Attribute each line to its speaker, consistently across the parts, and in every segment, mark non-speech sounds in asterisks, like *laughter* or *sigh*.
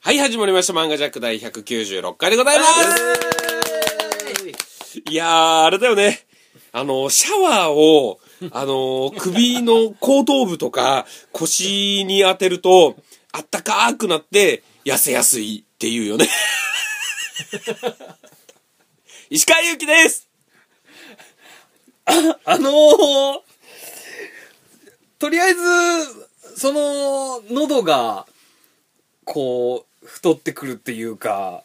Speaker 1: 始まりました。漫画ジャック第196回でございます。いやー、あれだよね。あの、シャワーを、あの、首の後頭部とか腰に当てると、あったかーくなって痩せやすいっていうよね。石川祐希です
Speaker 2: あのー、とりあえず、その、喉が、こう、太ってくるっていうか、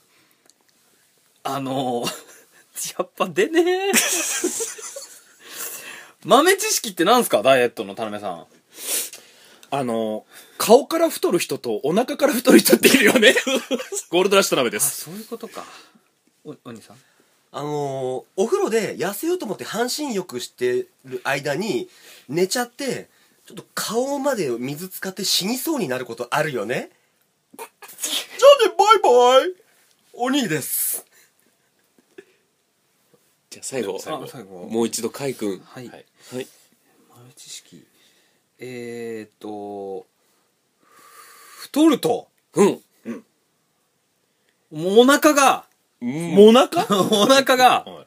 Speaker 2: あの *laughs* ー、やっぱ出ねえ。 *laughs* 豆知識ってなんすかダイエットの田辺さん。
Speaker 3: あの、顔から太る人とお腹から太る人っているよ
Speaker 1: *laughs*
Speaker 3: ね。ゴールドラッシュ田辺で
Speaker 2: あ、
Speaker 3: す。
Speaker 2: そういうことか。お、お兄さん
Speaker 4: あのーお風呂で痩せようと思って半身浴してる間に寝ちゃってちょっと顔まで水使って死にそうになることあるよねじゃあねバイバイお兄です
Speaker 1: じゃあ最後、
Speaker 2: 最後あ最後
Speaker 1: もう一度、海君。
Speaker 2: はい。
Speaker 3: はい
Speaker 1: はい。
Speaker 2: 豆知識。えーと、太ると、
Speaker 1: うん。
Speaker 2: もうお腹が、
Speaker 1: うん
Speaker 3: もなか
Speaker 2: *laughs* お腹が、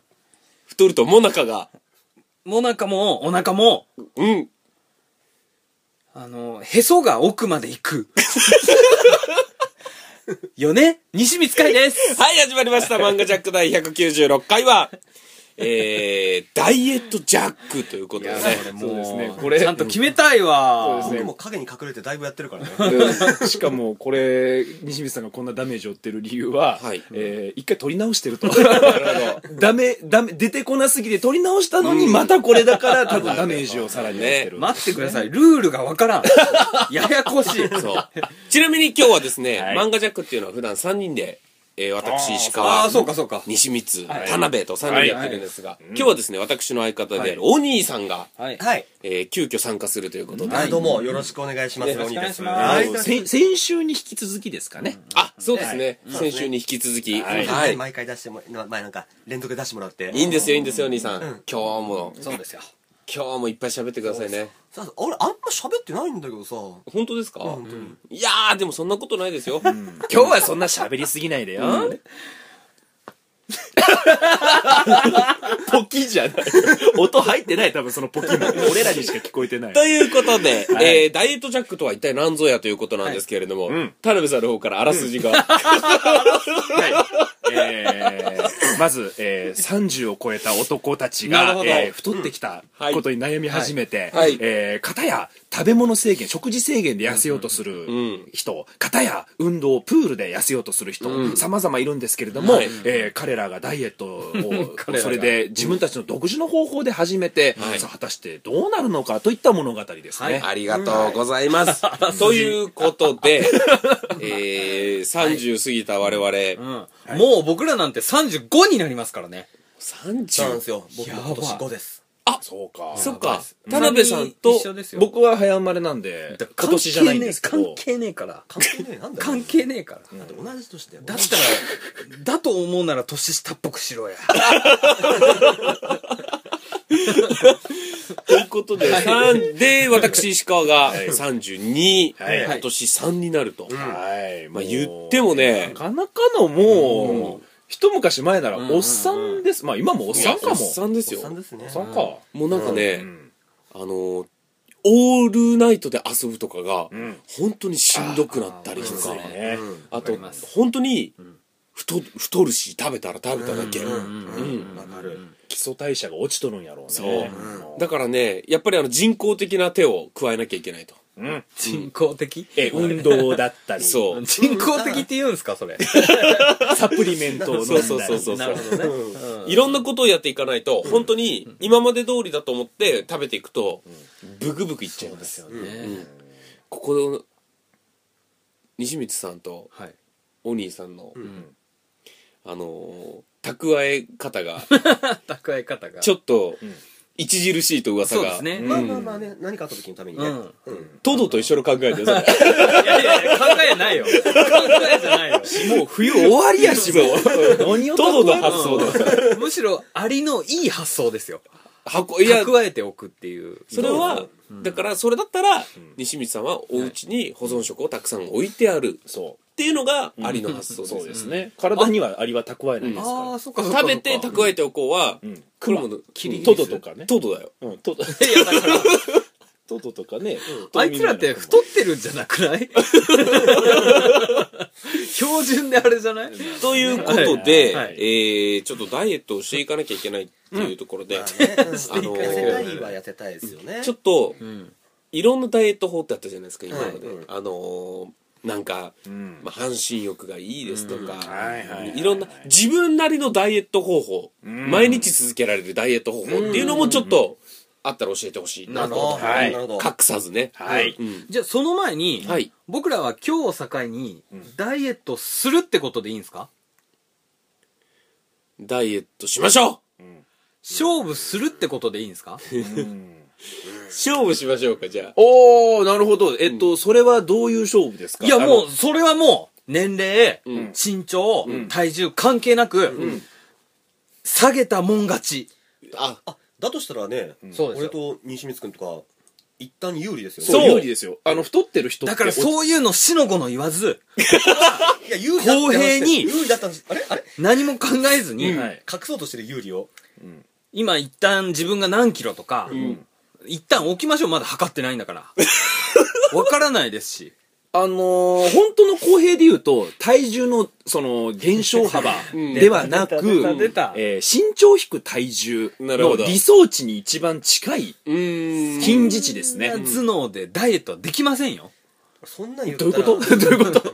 Speaker 1: 太るともなかが、
Speaker 2: もなかも、お腹も、
Speaker 1: うん。
Speaker 2: あの、へそが奥まで行
Speaker 3: *laughs*
Speaker 2: く。よね西光海です。
Speaker 1: *laughs* はい、始まりました。漫画ジャック第196回は、えー、ダイエットジャックということでね。
Speaker 3: そうですね
Speaker 2: も
Speaker 3: これ
Speaker 2: ちゃんと決めたいわ。
Speaker 3: そう
Speaker 4: 僕
Speaker 3: ですね
Speaker 4: も影に隠れてだいぶやってるからね
Speaker 3: しかも、これ、西光さんがこんなダメージを負ってる理由は、
Speaker 1: はい
Speaker 3: えー一回取り直してると。
Speaker 1: なるほど
Speaker 3: ダメ、ダメ、出てこなすぎて取り直したのに、またこれだから、多分ダメージをさらに負ってる。
Speaker 2: 待ってください。ルールがわからん。ややこしい。
Speaker 1: そう。ちなみに今日はですね、
Speaker 3: はい
Speaker 1: 漫画ジャックっていうのは普段3人で、えー、私、
Speaker 3: あー
Speaker 1: 石
Speaker 2: あ
Speaker 1: 川
Speaker 2: あ、、そうかそうか。
Speaker 1: 西光、
Speaker 3: い
Speaker 1: 田辺と3人でやってるんですが、今日はですね、私の相方であるお兄さんが、
Speaker 2: はい。
Speaker 4: はい、
Speaker 1: えー、急遽参加するということで。
Speaker 4: あどうもよろしくお願いします、
Speaker 2: よろ
Speaker 4: お
Speaker 2: しく
Speaker 4: 兄
Speaker 2: お願い
Speaker 4: で
Speaker 2: し
Speaker 4: す
Speaker 2: ます
Speaker 3: あ
Speaker 4: はい
Speaker 3: の先先週に引き続きですかね。
Speaker 1: あ、そうですね。先週に引き続き。
Speaker 3: はい
Speaker 1: はい。
Speaker 4: 毎回出してもな前なんか連続で出してもらって
Speaker 1: いいんですよ、いいんですよ、お兄さん。今日も、
Speaker 2: そうですよ。
Speaker 1: 今日もいっぱい喋ってくださいね。
Speaker 4: さあ俺あんま喋ってないんだけどさ
Speaker 1: 本当ですか、いやーでもそんなことないですよ、
Speaker 3: 今日はそんな喋りすぎないでよ。ポキじゃない。音入ってない、多分そのポキも。俺らにしか聞こえてない。
Speaker 1: ということで、
Speaker 3: はい
Speaker 1: えー、ダイエットジャックとは一体何ぞやということなんですけれども、
Speaker 3: いうん
Speaker 1: 田辺さんの方からあらすじが、
Speaker 3: はいえーまず、えー30を超えた男たち
Speaker 2: なる
Speaker 3: が
Speaker 2: ほ、ど
Speaker 3: えー太ってきた
Speaker 1: はい
Speaker 3: ことに悩み始めて、
Speaker 1: はいはい
Speaker 3: えー片や食べ物制限食事制限で痩せようとする人、片や運動プールで痩せようとする人様々いるんですけれども、
Speaker 1: はい
Speaker 3: えー彼らがダイエットを
Speaker 2: 彼らが
Speaker 3: それで自分たちの独自の方法で始めて、
Speaker 1: はい
Speaker 3: さあ果たしてどうなるのかといった物語ですね。
Speaker 1: ありがとうございます、ということで、えー、30過ぎた我々、
Speaker 2: うん。もう僕らなんて35になりますからね。
Speaker 4: そうなんで
Speaker 1: 30?
Speaker 4: すよ僕も今年
Speaker 2: やば
Speaker 4: 5です
Speaker 3: そうか
Speaker 1: そっか
Speaker 2: す
Speaker 1: 田辺さんと
Speaker 2: 一緒ですよ。
Speaker 3: 僕は早生まれなんで今年じゃないんですけど
Speaker 2: 関係ねえから。
Speaker 4: 関係ねえなんだよ
Speaker 2: 関係ねえから。
Speaker 4: だって同じ年だよ
Speaker 2: だったら、だと思うなら年下っぽくしろや。
Speaker 1: ということで、3で私石川が
Speaker 3: い
Speaker 1: 32、
Speaker 3: はい
Speaker 1: 今年3になると、
Speaker 3: はい、
Speaker 1: まあ言ってもね
Speaker 3: なかなかのもう、一昔前ならおっさんです。まあ今もおっ
Speaker 1: い
Speaker 3: さ
Speaker 1: や
Speaker 3: んかも。
Speaker 1: おっさんです
Speaker 4: お
Speaker 1: よ
Speaker 4: っさんですね
Speaker 3: おっさんか。
Speaker 1: もうなんかね、
Speaker 3: うん
Speaker 1: あのーオールナイトで遊ぶとかが、
Speaker 3: ん
Speaker 1: 本当にしんどくなったりとか
Speaker 2: あー
Speaker 1: あ,、
Speaker 2: きつい
Speaker 3: ね
Speaker 1: と
Speaker 2: わかります
Speaker 1: 本当に太太るし食べたら食べただけ、
Speaker 4: うんわかる
Speaker 3: 基礎代謝が落ちとるんやろうね。
Speaker 1: そうだからねやっぱりあの人工的な手を加えなきゃいけないと
Speaker 3: うん
Speaker 2: 人工的
Speaker 3: え、運動だったり、
Speaker 1: そう
Speaker 2: 人工的って言うんですかそれ。
Speaker 3: サプリメントを飲んだ
Speaker 1: そう
Speaker 3: り。
Speaker 1: そうそうそうそう
Speaker 2: どね。
Speaker 1: いろんなことをやっていかないと本当に今まで通りだと思って食べていくとブクブクいっちゃうんですよ
Speaker 2: ね
Speaker 1: ここで西光さんと
Speaker 2: はい。
Speaker 1: お兄さんの、
Speaker 3: ん
Speaker 1: あのー蓄え方が
Speaker 2: 蓄え方が。
Speaker 1: ちょ
Speaker 2: っ
Speaker 1: っと
Speaker 3: ん
Speaker 1: 著しいと噂
Speaker 2: そうで
Speaker 1: が
Speaker 2: すね。
Speaker 4: まあまあまあね何かあった時のためにね
Speaker 2: うん
Speaker 4: うん
Speaker 1: トドと一緒の考えでそれ
Speaker 2: いやいやいや考えないよ。考えじゃないよ。
Speaker 3: もう冬終わりやし、もう。何を
Speaker 1: トドの
Speaker 3: 蓄え
Speaker 1: 発想だ
Speaker 2: うんむしろ、アリのいい発想ですよ。
Speaker 1: 箱いや
Speaker 2: 蓄えておくっていう。
Speaker 1: それはだからそれだったら西光さんはお家に保存食をたくさん置いてあるっ
Speaker 3: そ
Speaker 1: っていうのがアリの発想です。
Speaker 3: そうですね体にはアリは蓄えないです
Speaker 2: あ
Speaker 3: か
Speaker 2: あそっかそっか
Speaker 1: 食べて蓄えておこうは、
Speaker 3: ん
Speaker 1: クロムの
Speaker 3: ら
Speaker 1: キ
Speaker 3: トドとかね
Speaker 1: トドだよ。
Speaker 3: うんトド
Speaker 2: いやだから
Speaker 3: トドとかね
Speaker 2: あいつらって太ってるんじゃなくない *laughs* 標準であれじゃない
Speaker 1: ということで、
Speaker 2: はいはい
Speaker 1: えー、ちょっとダイエットをしていかなきゃいけないっていうところで、 *laughs*
Speaker 4: 痩
Speaker 1: あの
Speaker 4: せたいは痩せたいですよね
Speaker 1: ちょっと、いろんなダイエット法ってあったじゃないですか、今まで。
Speaker 4: はい
Speaker 1: あのーなんか、
Speaker 3: ん
Speaker 1: まあ、半身浴がいいですとか、
Speaker 3: はいはいはい
Speaker 1: いろんな、自分なりのダイエット方法、
Speaker 3: ん
Speaker 1: 毎日続けられるダイエット方法っていうのもちょっと、あったら教えてほしいな
Speaker 4: なる
Speaker 1: と。
Speaker 4: ほど
Speaker 3: はい
Speaker 4: なるほど
Speaker 1: 隠さずね。
Speaker 3: はい
Speaker 1: うん。
Speaker 2: じゃあその前に、
Speaker 1: はい
Speaker 2: 僕らは今日を境にダイエットするってことでいいんですか、
Speaker 1: ダイエットしましょ
Speaker 2: 勝負するってことでいいんですか
Speaker 1: う勝負しましょうか、じゃあ。
Speaker 3: おおなるほどえっとそれはどういう勝負ですか
Speaker 2: いや
Speaker 3: あの
Speaker 2: もうそれはもう年齢、
Speaker 1: うん
Speaker 2: 身長、体重関係なく、下げたもん勝ち
Speaker 1: あ、
Speaker 4: あだとしたらね
Speaker 2: そうです
Speaker 4: 俺
Speaker 2: よ
Speaker 4: と西光君とか一旦有利ですよね
Speaker 3: そう
Speaker 1: そう
Speaker 3: 有利ですよあの太ってる人って
Speaker 2: だから
Speaker 3: う
Speaker 2: そういうのしのごの言わず
Speaker 4: いや有利だって話して
Speaker 2: 公平に
Speaker 4: 有利だったんですあれあれ
Speaker 2: 何も考えずに、
Speaker 3: はい
Speaker 4: 隠そうとしてる有利を
Speaker 2: 今一旦自分が何キロとか、一旦置きましょうまだ測ってないんだからわからないですし
Speaker 3: あのー本当の公平で言うと、体重の、その、減少幅
Speaker 1: ん
Speaker 3: ではなく、
Speaker 2: 出た出た
Speaker 3: えー身長引く体重
Speaker 1: なるほ
Speaker 3: の
Speaker 1: ど
Speaker 3: 理想値に一番近いう
Speaker 1: ーん。
Speaker 3: 近似値ですね
Speaker 2: そ。んな頭脳でダイエットはできませんよ
Speaker 4: そんなん言っ
Speaker 3: どういう
Speaker 4: た
Speaker 3: こ
Speaker 4: ら
Speaker 3: と *laughs* どういうこと頭
Speaker 2: 頭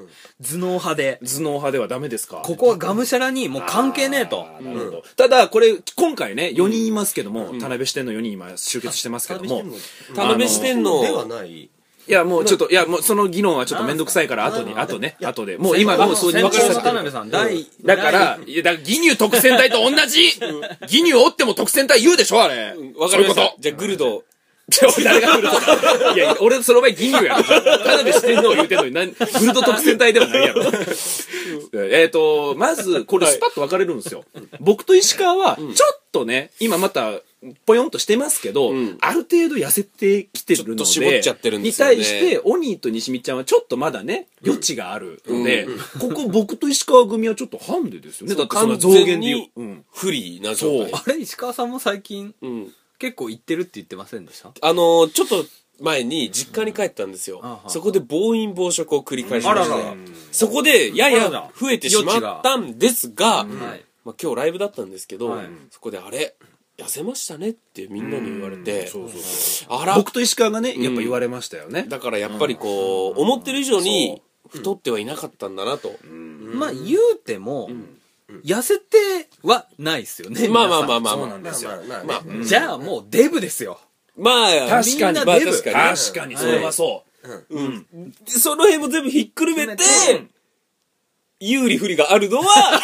Speaker 2: 脳派で
Speaker 3: 脳派ではダメですか
Speaker 2: ここはがむしゃらにもう関係ねえと
Speaker 3: あーなるほどただ、これ、今回ね、4人いますけども、田辺支店の4人今集結してますけども、
Speaker 1: 田辺支店の
Speaker 4: ではない
Speaker 3: いや、もうちょっと、いや、もうその議論はちょっとめんどくさいから、後に、
Speaker 4: なんすか
Speaker 3: 後ね、
Speaker 4: いや
Speaker 3: 後で。もう今、もうそう
Speaker 2: 先
Speaker 3: 認識
Speaker 2: 頭の
Speaker 3: させて
Speaker 2: 田
Speaker 3: る
Speaker 2: 辺さん第
Speaker 3: だから、いや、だから、義乳特選隊と同じ義乳折っても特選隊言うでしょあれ。
Speaker 1: わかりまし
Speaker 3: そういう
Speaker 1: た
Speaker 3: こ。
Speaker 1: じゃあ、グルド、
Speaker 3: と。ちょ誰がグルドいや、俺その前義乳やろ。田辺してんのを言うてんのに、なんグルド特選隊ではないやろ。えっと、まず、これスパッと分かれるんですよ。僕と石川は、ちょっとね、今また、ぽよんとしてますけど、
Speaker 1: ん
Speaker 3: ある程度痩せてきてるので、
Speaker 1: ちょっと絞っちゃってるんですよね
Speaker 3: に対して、オニーと西見ちゃんはちょっとまだね、余地があるので、ここ僕と石川組はちょっとハンデですよね。だってその
Speaker 1: 完
Speaker 3: 増減
Speaker 1: 全
Speaker 3: で言う
Speaker 1: に。
Speaker 3: うん
Speaker 1: 不利な状態
Speaker 3: そ。
Speaker 2: あれ石川さんも最近
Speaker 1: うん。
Speaker 2: 結構言ってるって言ってませんでした
Speaker 1: あのーちょっと前に実家に帰ったんですよ
Speaker 2: あは。あ
Speaker 1: そこで暴飲暴食を繰り返しまし
Speaker 2: あらら
Speaker 1: て、そこでや
Speaker 2: あら
Speaker 1: や
Speaker 2: ら
Speaker 1: 増えてしまったんですが、
Speaker 2: はい
Speaker 1: まあ、今日ライブだったんですけど、
Speaker 2: はい
Speaker 1: そこであれ、痩せましたねってみんなに言われて、
Speaker 3: そうそうそう。
Speaker 1: あら、
Speaker 3: 僕と石川がね、やっぱ言われましたよね。
Speaker 1: だからやっぱりこう、思ってる以上に太ってはいなかったんだなと。
Speaker 2: まあ言うても痩せてはないですよね
Speaker 1: まあまあま
Speaker 2: あ
Speaker 1: あまあ
Speaker 3: そう
Speaker 1: ま
Speaker 3: な
Speaker 1: あ。
Speaker 3: んですよ。
Speaker 4: まあ
Speaker 1: ま
Speaker 4: ま
Speaker 1: あ
Speaker 4: あ
Speaker 1: う
Speaker 4: ね
Speaker 1: ん
Speaker 2: じゃあもうデブですよ
Speaker 1: まあ、
Speaker 3: 確かに、
Speaker 1: まあ
Speaker 3: まあ
Speaker 1: 確かに。
Speaker 3: 確かに、それはそう。
Speaker 1: でその辺も全部ひっくるめて、
Speaker 2: うん
Speaker 1: 有利不利があるのは、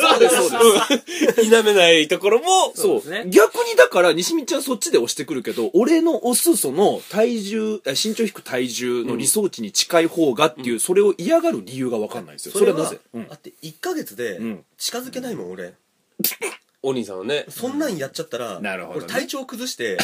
Speaker 1: そうです、そうです。否めないところも、
Speaker 3: そう
Speaker 2: そうですね
Speaker 3: 逆にだから、西見ちゃんそっちで押してくるけど、俺の押すその体重、え身長引く体重の理想値に近い方がっていう、それを嫌がる理由がわかんないんですよ。それはなぜうん
Speaker 4: だって1ヶ月で
Speaker 3: ん
Speaker 4: 近づけないもん俺
Speaker 1: お兄さんはね、
Speaker 4: そんなんやっちゃったら
Speaker 3: なるほどね
Speaker 4: 俺体調崩して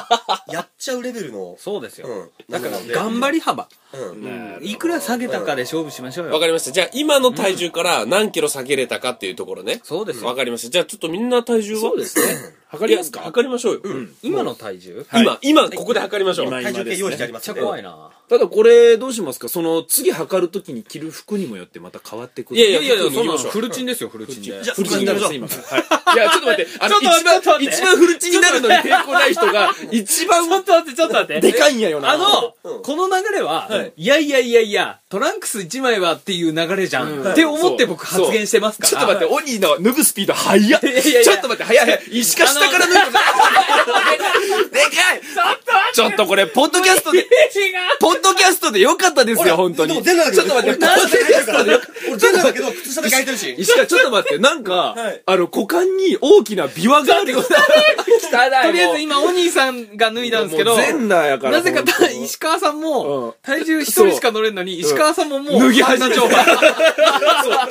Speaker 3: *laughs*
Speaker 4: やっちゃうレベルの
Speaker 2: そうですよ、
Speaker 4: うん
Speaker 2: だから
Speaker 4: なので
Speaker 2: 頑張り幅
Speaker 4: うん
Speaker 2: いくら下げたかで勝負しましょうよ
Speaker 1: わかりました。じゃあ、今の体重から何キロ下げれたかっていうところね。
Speaker 2: そうですよ
Speaker 1: わかりました。じゃあ、ちょっとみんな体重は
Speaker 3: そう *laughs* ですね。測
Speaker 1: い
Speaker 3: り
Speaker 1: や
Speaker 3: ますか
Speaker 1: 測りましょうよ。
Speaker 2: 今の体重、
Speaker 3: はい
Speaker 1: 今、今、ここで測りましょう。
Speaker 3: 今
Speaker 4: 体重計用意してあり
Speaker 2: め
Speaker 4: ま
Speaker 2: っちゃ
Speaker 4: す
Speaker 2: 怖い
Speaker 4: い
Speaker 2: な
Speaker 3: ただこれ、どうしますかその、次測るときに着る服にもよってまた変わってくる。
Speaker 1: いやいや
Speaker 2: そんなの
Speaker 1: 行きましょう
Speaker 2: フルチンですよフルチンで
Speaker 4: じゃあ
Speaker 3: フルチンになるんです今から。はい。
Speaker 2: *laughs*
Speaker 3: いや、ちょっと待って。あの、
Speaker 2: ちょっと待って
Speaker 3: 一番、一番フルチンになるのに抵抗ない人が、一
Speaker 2: *laughs*
Speaker 3: 番
Speaker 2: ちょっと待ってちょっと待って
Speaker 3: でかいんやよな。
Speaker 2: あの、この流れは、い、やいやいやいや、トランクス1枚はっていう流れじゃん。って思って僕発言してますから。
Speaker 3: ちょっと待って、オニーの脱ぐスピード速っ。
Speaker 2: やいやいや
Speaker 3: ちょっと待って、速い速い。石川下から脱ぐの。でかいちょっとこれ、ポッドキャスト *laughs* で、ポッドキャストでよかったですよ、本当に。
Speaker 4: でも全裸
Speaker 3: ちょっ
Speaker 4: だけど
Speaker 3: と待
Speaker 4: 俺
Speaker 3: って、ポッドキャストでよ
Speaker 4: 俺全裸だけど靴下で書いてるし
Speaker 3: 石川、ちょっと待って、なんか
Speaker 4: はい、
Speaker 3: あの、股間に大きなビワがあるような。汚
Speaker 2: とりあえず今お兄さんが脱いだんですけど、
Speaker 3: 全裸やから。
Speaker 2: なぜか
Speaker 3: 本当
Speaker 2: 石川さんも、
Speaker 3: うん
Speaker 2: 体重1人しか乗れんのに、石川川さんももう
Speaker 3: 脱ぎ始め
Speaker 2: 半田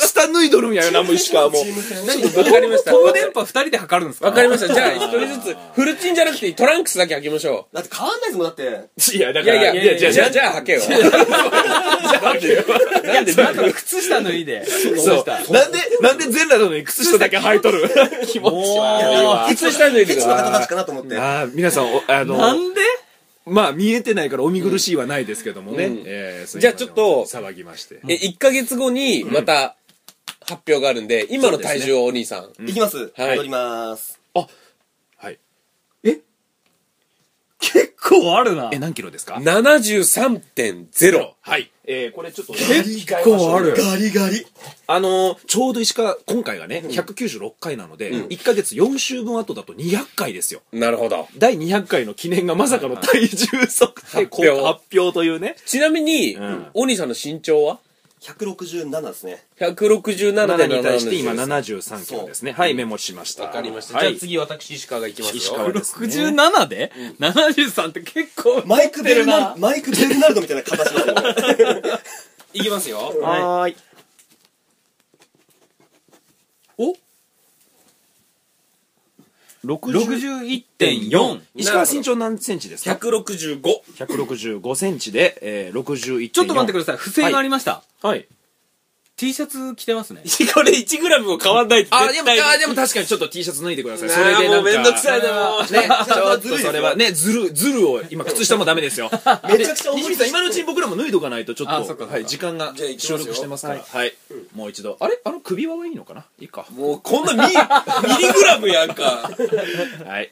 Speaker 2: 帳
Speaker 3: 下脱いどるんやよ *laughs* な、もう石川も。
Speaker 5: わかりました。
Speaker 2: 高電波二人で測るんですか
Speaker 5: わかりました。じゃあ、一人ずつ、フルチンじゃなくていい、トランクスだけ開けましょ
Speaker 4: だって変わんないですもんだって
Speaker 3: いや、だ
Speaker 5: う。い
Speaker 3: か
Speaker 5: や
Speaker 3: ら、
Speaker 5: いや、
Speaker 3: いや、じゃあ、
Speaker 5: じ
Speaker 3: じ
Speaker 5: ゃ
Speaker 3: ゃ
Speaker 5: あ、
Speaker 3: あ、
Speaker 5: じゃあ、履けよ。
Speaker 2: なんでなんか靴下脱いで
Speaker 3: そう
Speaker 2: 靴下。
Speaker 3: なんで、なんで全裸なのに靴下だけ履いとる *laughs* 気持ち悪 *laughs* いわ。
Speaker 5: 靴下脱いで
Speaker 4: ケ
Speaker 5: く
Speaker 4: チの
Speaker 5: だ
Speaker 4: 方
Speaker 5: さい
Speaker 4: たちかなと思って
Speaker 3: ああ、皆さん、おあ
Speaker 2: な
Speaker 3: の、
Speaker 2: んで
Speaker 3: まあ、見えてないからお見苦しいはないですけどもね。えーすいません
Speaker 5: じゃあちょっと
Speaker 3: 騒ぎまして。
Speaker 5: え、1ヶ月後に、また、発表があるんで、今の体重をお兄さん。
Speaker 4: いきます
Speaker 5: はい
Speaker 4: 戻ります
Speaker 3: はい。
Speaker 2: 結構あるな
Speaker 3: え、何キロですか
Speaker 5: 73.0。
Speaker 3: はい。えー、これちょっと、
Speaker 2: 結構ある
Speaker 4: ガリガリ
Speaker 3: あのーちょうど石川、今回がね、196回なので、1ヶ月4週分後だと200回ですよ。
Speaker 5: なるほど。
Speaker 3: 第200回の記念がまさかの体重測定
Speaker 5: 発表
Speaker 3: こう発表というね。
Speaker 5: ちなみに
Speaker 3: ん、
Speaker 5: お兄さんの身長は
Speaker 4: 167ですね
Speaker 5: ?167.7
Speaker 3: 7に対
Speaker 5: で
Speaker 3: して今
Speaker 5: す。
Speaker 3: 73キロですね。はい、メモしました。
Speaker 5: わかりました。
Speaker 3: は
Speaker 5: じゃあ
Speaker 3: い、
Speaker 5: 次、私、石川がいきます
Speaker 3: 石
Speaker 5: よ
Speaker 3: 川。ですね。
Speaker 2: 67で、73って結構
Speaker 4: マイク・ベルナマイク・ベルナルドみたいな形です
Speaker 3: *laughs*
Speaker 4: よ
Speaker 5: いきますよ。
Speaker 3: はーい。
Speaker 2: お
Speaker 3: 60
Speaker 2: 61.4
Speaker 3: 石川身長何センチですか
Speaker 5: 165。
Speaker 3: 165センチで、えー、61
Speaker 2: ちょっと待ってください不正がありました、
Speaker 3: さいはい
Speaker 2: T シャツ着てますね
Speaker 1: これ 1g も変わんないって
Speaker 3: あで
Speaker 1: 絶
Speaker 3: も
Speaker 1: 対に
Speaker 3: あでも確かにちょっと T シャツ脱いでくださいそれ
Speaker 1: あ
Speaker 3: で
Speaker 1: ーもうめんどくさい
Speaker 3: ね
Speaker 1: なもう *laughs*
Speaker 3: ちょっとそれはねずるずるを今靴下もダメですよ
Speaker 4: めちゃくちゃ重
Speaker 3: 西
Speaker 4: い
Speaker 3: 見さん今のうちに僕らも脱いどかないとちょっ
Speaker 2: あそっかそ
Speaker 3: と
Speaker 2: っか
Speaker 3: はい時間が
Speaker 1: じゃあ行き
Speaker 3: 省
Speaker 1: ますよ
Speaker 3: 力してますからはいもう一度あれあの首輪はいいのかないいか
Speaker 1: もうこんなミリミリグラムやん
Speaker 3: *laughs*
Speaker 1: か
Speaker 3: はい。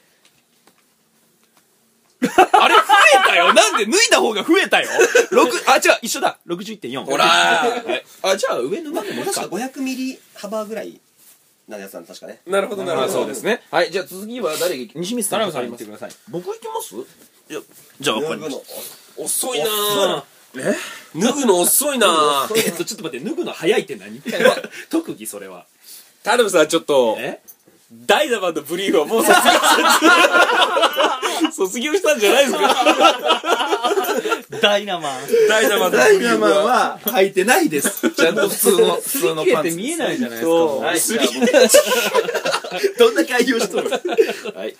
Speaker 3: *laughs* あれ増えたよなんで脱いだ方が増えたよ六あ、違う、一緒だ !61.4。
Speaker 1: ほら
Speaker 3: はいあ、じゃあ上脱がんでもいい
Speaker 4: 確か
Speaker 3: か。
Speaker 4: 500ミリ幅ぐらいなやつなんで確かね
Speaker 1: なるほどなる
Speaker 3: あ
Speaker 1: ほど
Speaker 3: そうですね。はい、じゃあ次は誰が、西光さん。
Speaker 2: 田辺さん言ってください
Speaker 3: 僕行きますいや、じゃあわかりました。
Speaker 1: 遅いなあ脱ぐの遅いな *laughs* あ
Speaker 3: えっと、ちょっと待って、脱ぐの早いって何特技それは。
Speaker 1: 田辺さんちょっと
Speaker 3: え
Speaker 1: ダイナマンのブリーフはもう卒業した *laughs* 卒業したんじゃないですか
Speaker 2: ダイナマン
Speaker 1: ダイナマンのブリーフは
Speaker 3: は履いてないです。ちゃんと普通 *laughs* の、普
Speaker 2: す
Speaker 3: 通
Speaker 2: り
Speaker 3: の
Speaker 2: 切れ
Speaker 3: パン
Speaker 2: て
Speaker 3: ツ。
Speaker 2: 見えないじゃないですか
Speaker 1: そう
Speaker 2: はい
Speaker 1: すり
Speaker 3: どんだけ愛用しとるはい。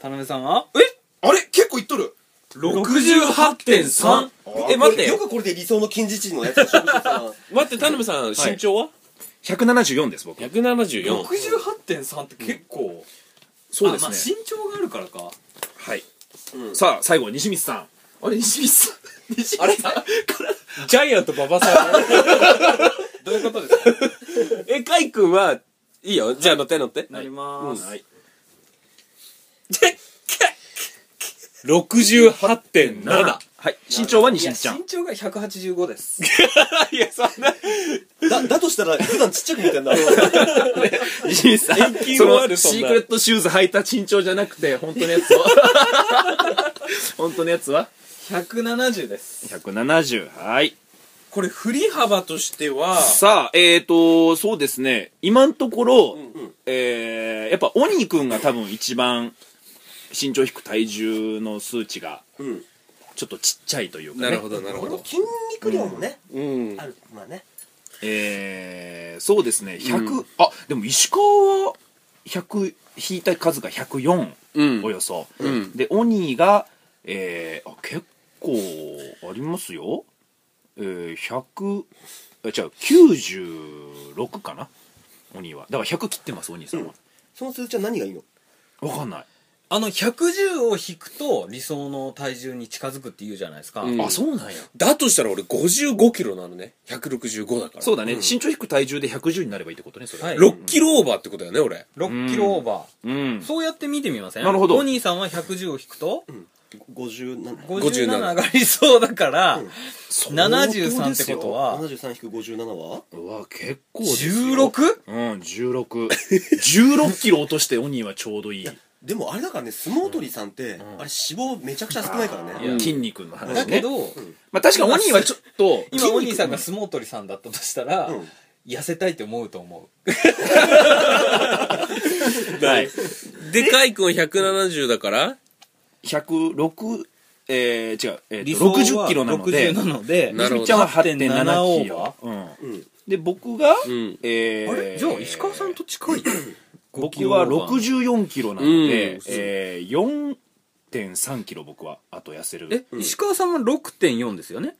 Speaker 2: 田辺さんは
Speaker 3: あれ結構いっとる
Speaker 1: 68.3え待って
Speaker 4: よくこれで理想の近似値のやつでしょ
Speaker 1: 待って田辺さん身長は、
Speaker 3: ?174 です、僕。
Speaker 1: 174
Speaker 2: 68.3って結構
Speaker 3: そうです
Speaker 2: あまあ
Speaker 3: ね。
Speaker 2: 身長があるからか
Speaker 3: はい、さあ最後西光さんあれ西光さん西光さん
Speaker 1: ジャイアント馬場
Speaker 3: *laughs*
Speaker 1: さんどういうことですかえかいくんはいいよじゃあ乗って乗って
Speaker 2: なります、
Speaker 3: はい
Speaker 1: 68.7
Speaker 3: はい身長は西
Speaker 2: いや
Speaker 3: 光ちゃん
Speaker 2: 身長が185です
Speaker 1: いやそんな
Speaker 4: だだとしたら普段ちっちゃく見てんだ
Speaker 3: 西光さん
Speaker 1: 遠近
Speaker 3: そ
Speaker 1: はある
Speaker 3: の
Speaker 1: そんな
Speaker 3: シークレットシューズ履いた身長じゃなくて本当のや *laughs* つは本当のやつは
Speaker 2: 170です
Speaker 3: 170はい
Speaker 1: これ振り幅としては
Speaker 3: さあえーとそうですね今のところ、えーやっぱ鬼くんが多分一番身長引く体重の数値が
Speaker 4: うん
Speaker 3: ちょっとちっちゃいというか
Speaker 1: な
Speaker 3: ね
Speaker 1: るほどなるほど
Speaker 4: 筋肉量もね
Speaker 1: うん
Speaker 4: あるまあね
Speaker 3: えー、そうですね100、
Speaker 1: う
Speaker 3: あでも石川は100引いた数が104、
Speaker 1: うん
Speaker 3: およそ、
Speaker 1: ん
Speaker 3: でオニーが、えー、あ結構ありますよえー、100あ違う96かなオニーはだから100切ってますオニーさんは、
Speaker 4: その数値は何がいいの
Speaker 3: わかんない、
Speaker 2: あの110を引くと理想の体重に近づくって言うじゃないですか、
Speaker 1: うん
Speaker 3: あそうなんや
Speaker 1: だとしたら俺55キロなのね165だから
Speaker 3: そうだね、身長引く体重で110になればいいってことねそれ
Speaker 2: はい
Speaker 1: 6キロオーバーってことだよね俺
Speaker 2: 6キロオーバー、
Speaker 3: うん
Speaker 2: そうやって見てみません
Speaker 3: なるほど
Speaker 2: お兄さんは110を引くと
Speaker 4: 57
Speaker 2: 57が理想だから、73ってことは
Speaker 4: 73引く57は
Speaker 3: うわ結構ですよ
Speaker 2: 16?
Speaker 3: うん、16。16キロ落としてオニーはちょうどいい。
Speaker 4: でもあれだからね相撲取りさんって、あれ脂肪めちゃくちゃ少ないから
Speaker 3: いや
Speaker 4: ね
Speaker 3: 筋肉の話ね。
Speaker 2: だけど、
Speaker 3: まあ確かオニーはちょっと、
Speaker 2: 今お兄さんが相撲取りさんだったとしたら、
Speaker 4: うん
Speaker 2: 痩せたいって思うと思
Speaker 1: でかいくん170だから
Speaker 3: 106、えー違う、えー
Speaker 6: 理
Speaker 3: と
Speaker 6: 想は
Speaker 3: 60キロなので
Speaker 6: 60なので
Speaker 1: なるほど
Speaker 3: ちゃんは8.7
Speaker 6: 8.7
Speaker 3: キロ、うん
Speaker 4: うん
Speaker 3: で僕が、
Speaker 1: ん
Speaker 3: えー
Speaker 2: あれじゃあ石川さんと近い
Speaker 3: 僕は64キロなので、
Speaker 1: うん
Speaker 3: えー、4.3キロ僕はあと痩せる
Speaker 2: え、石川さんは6.4ですよね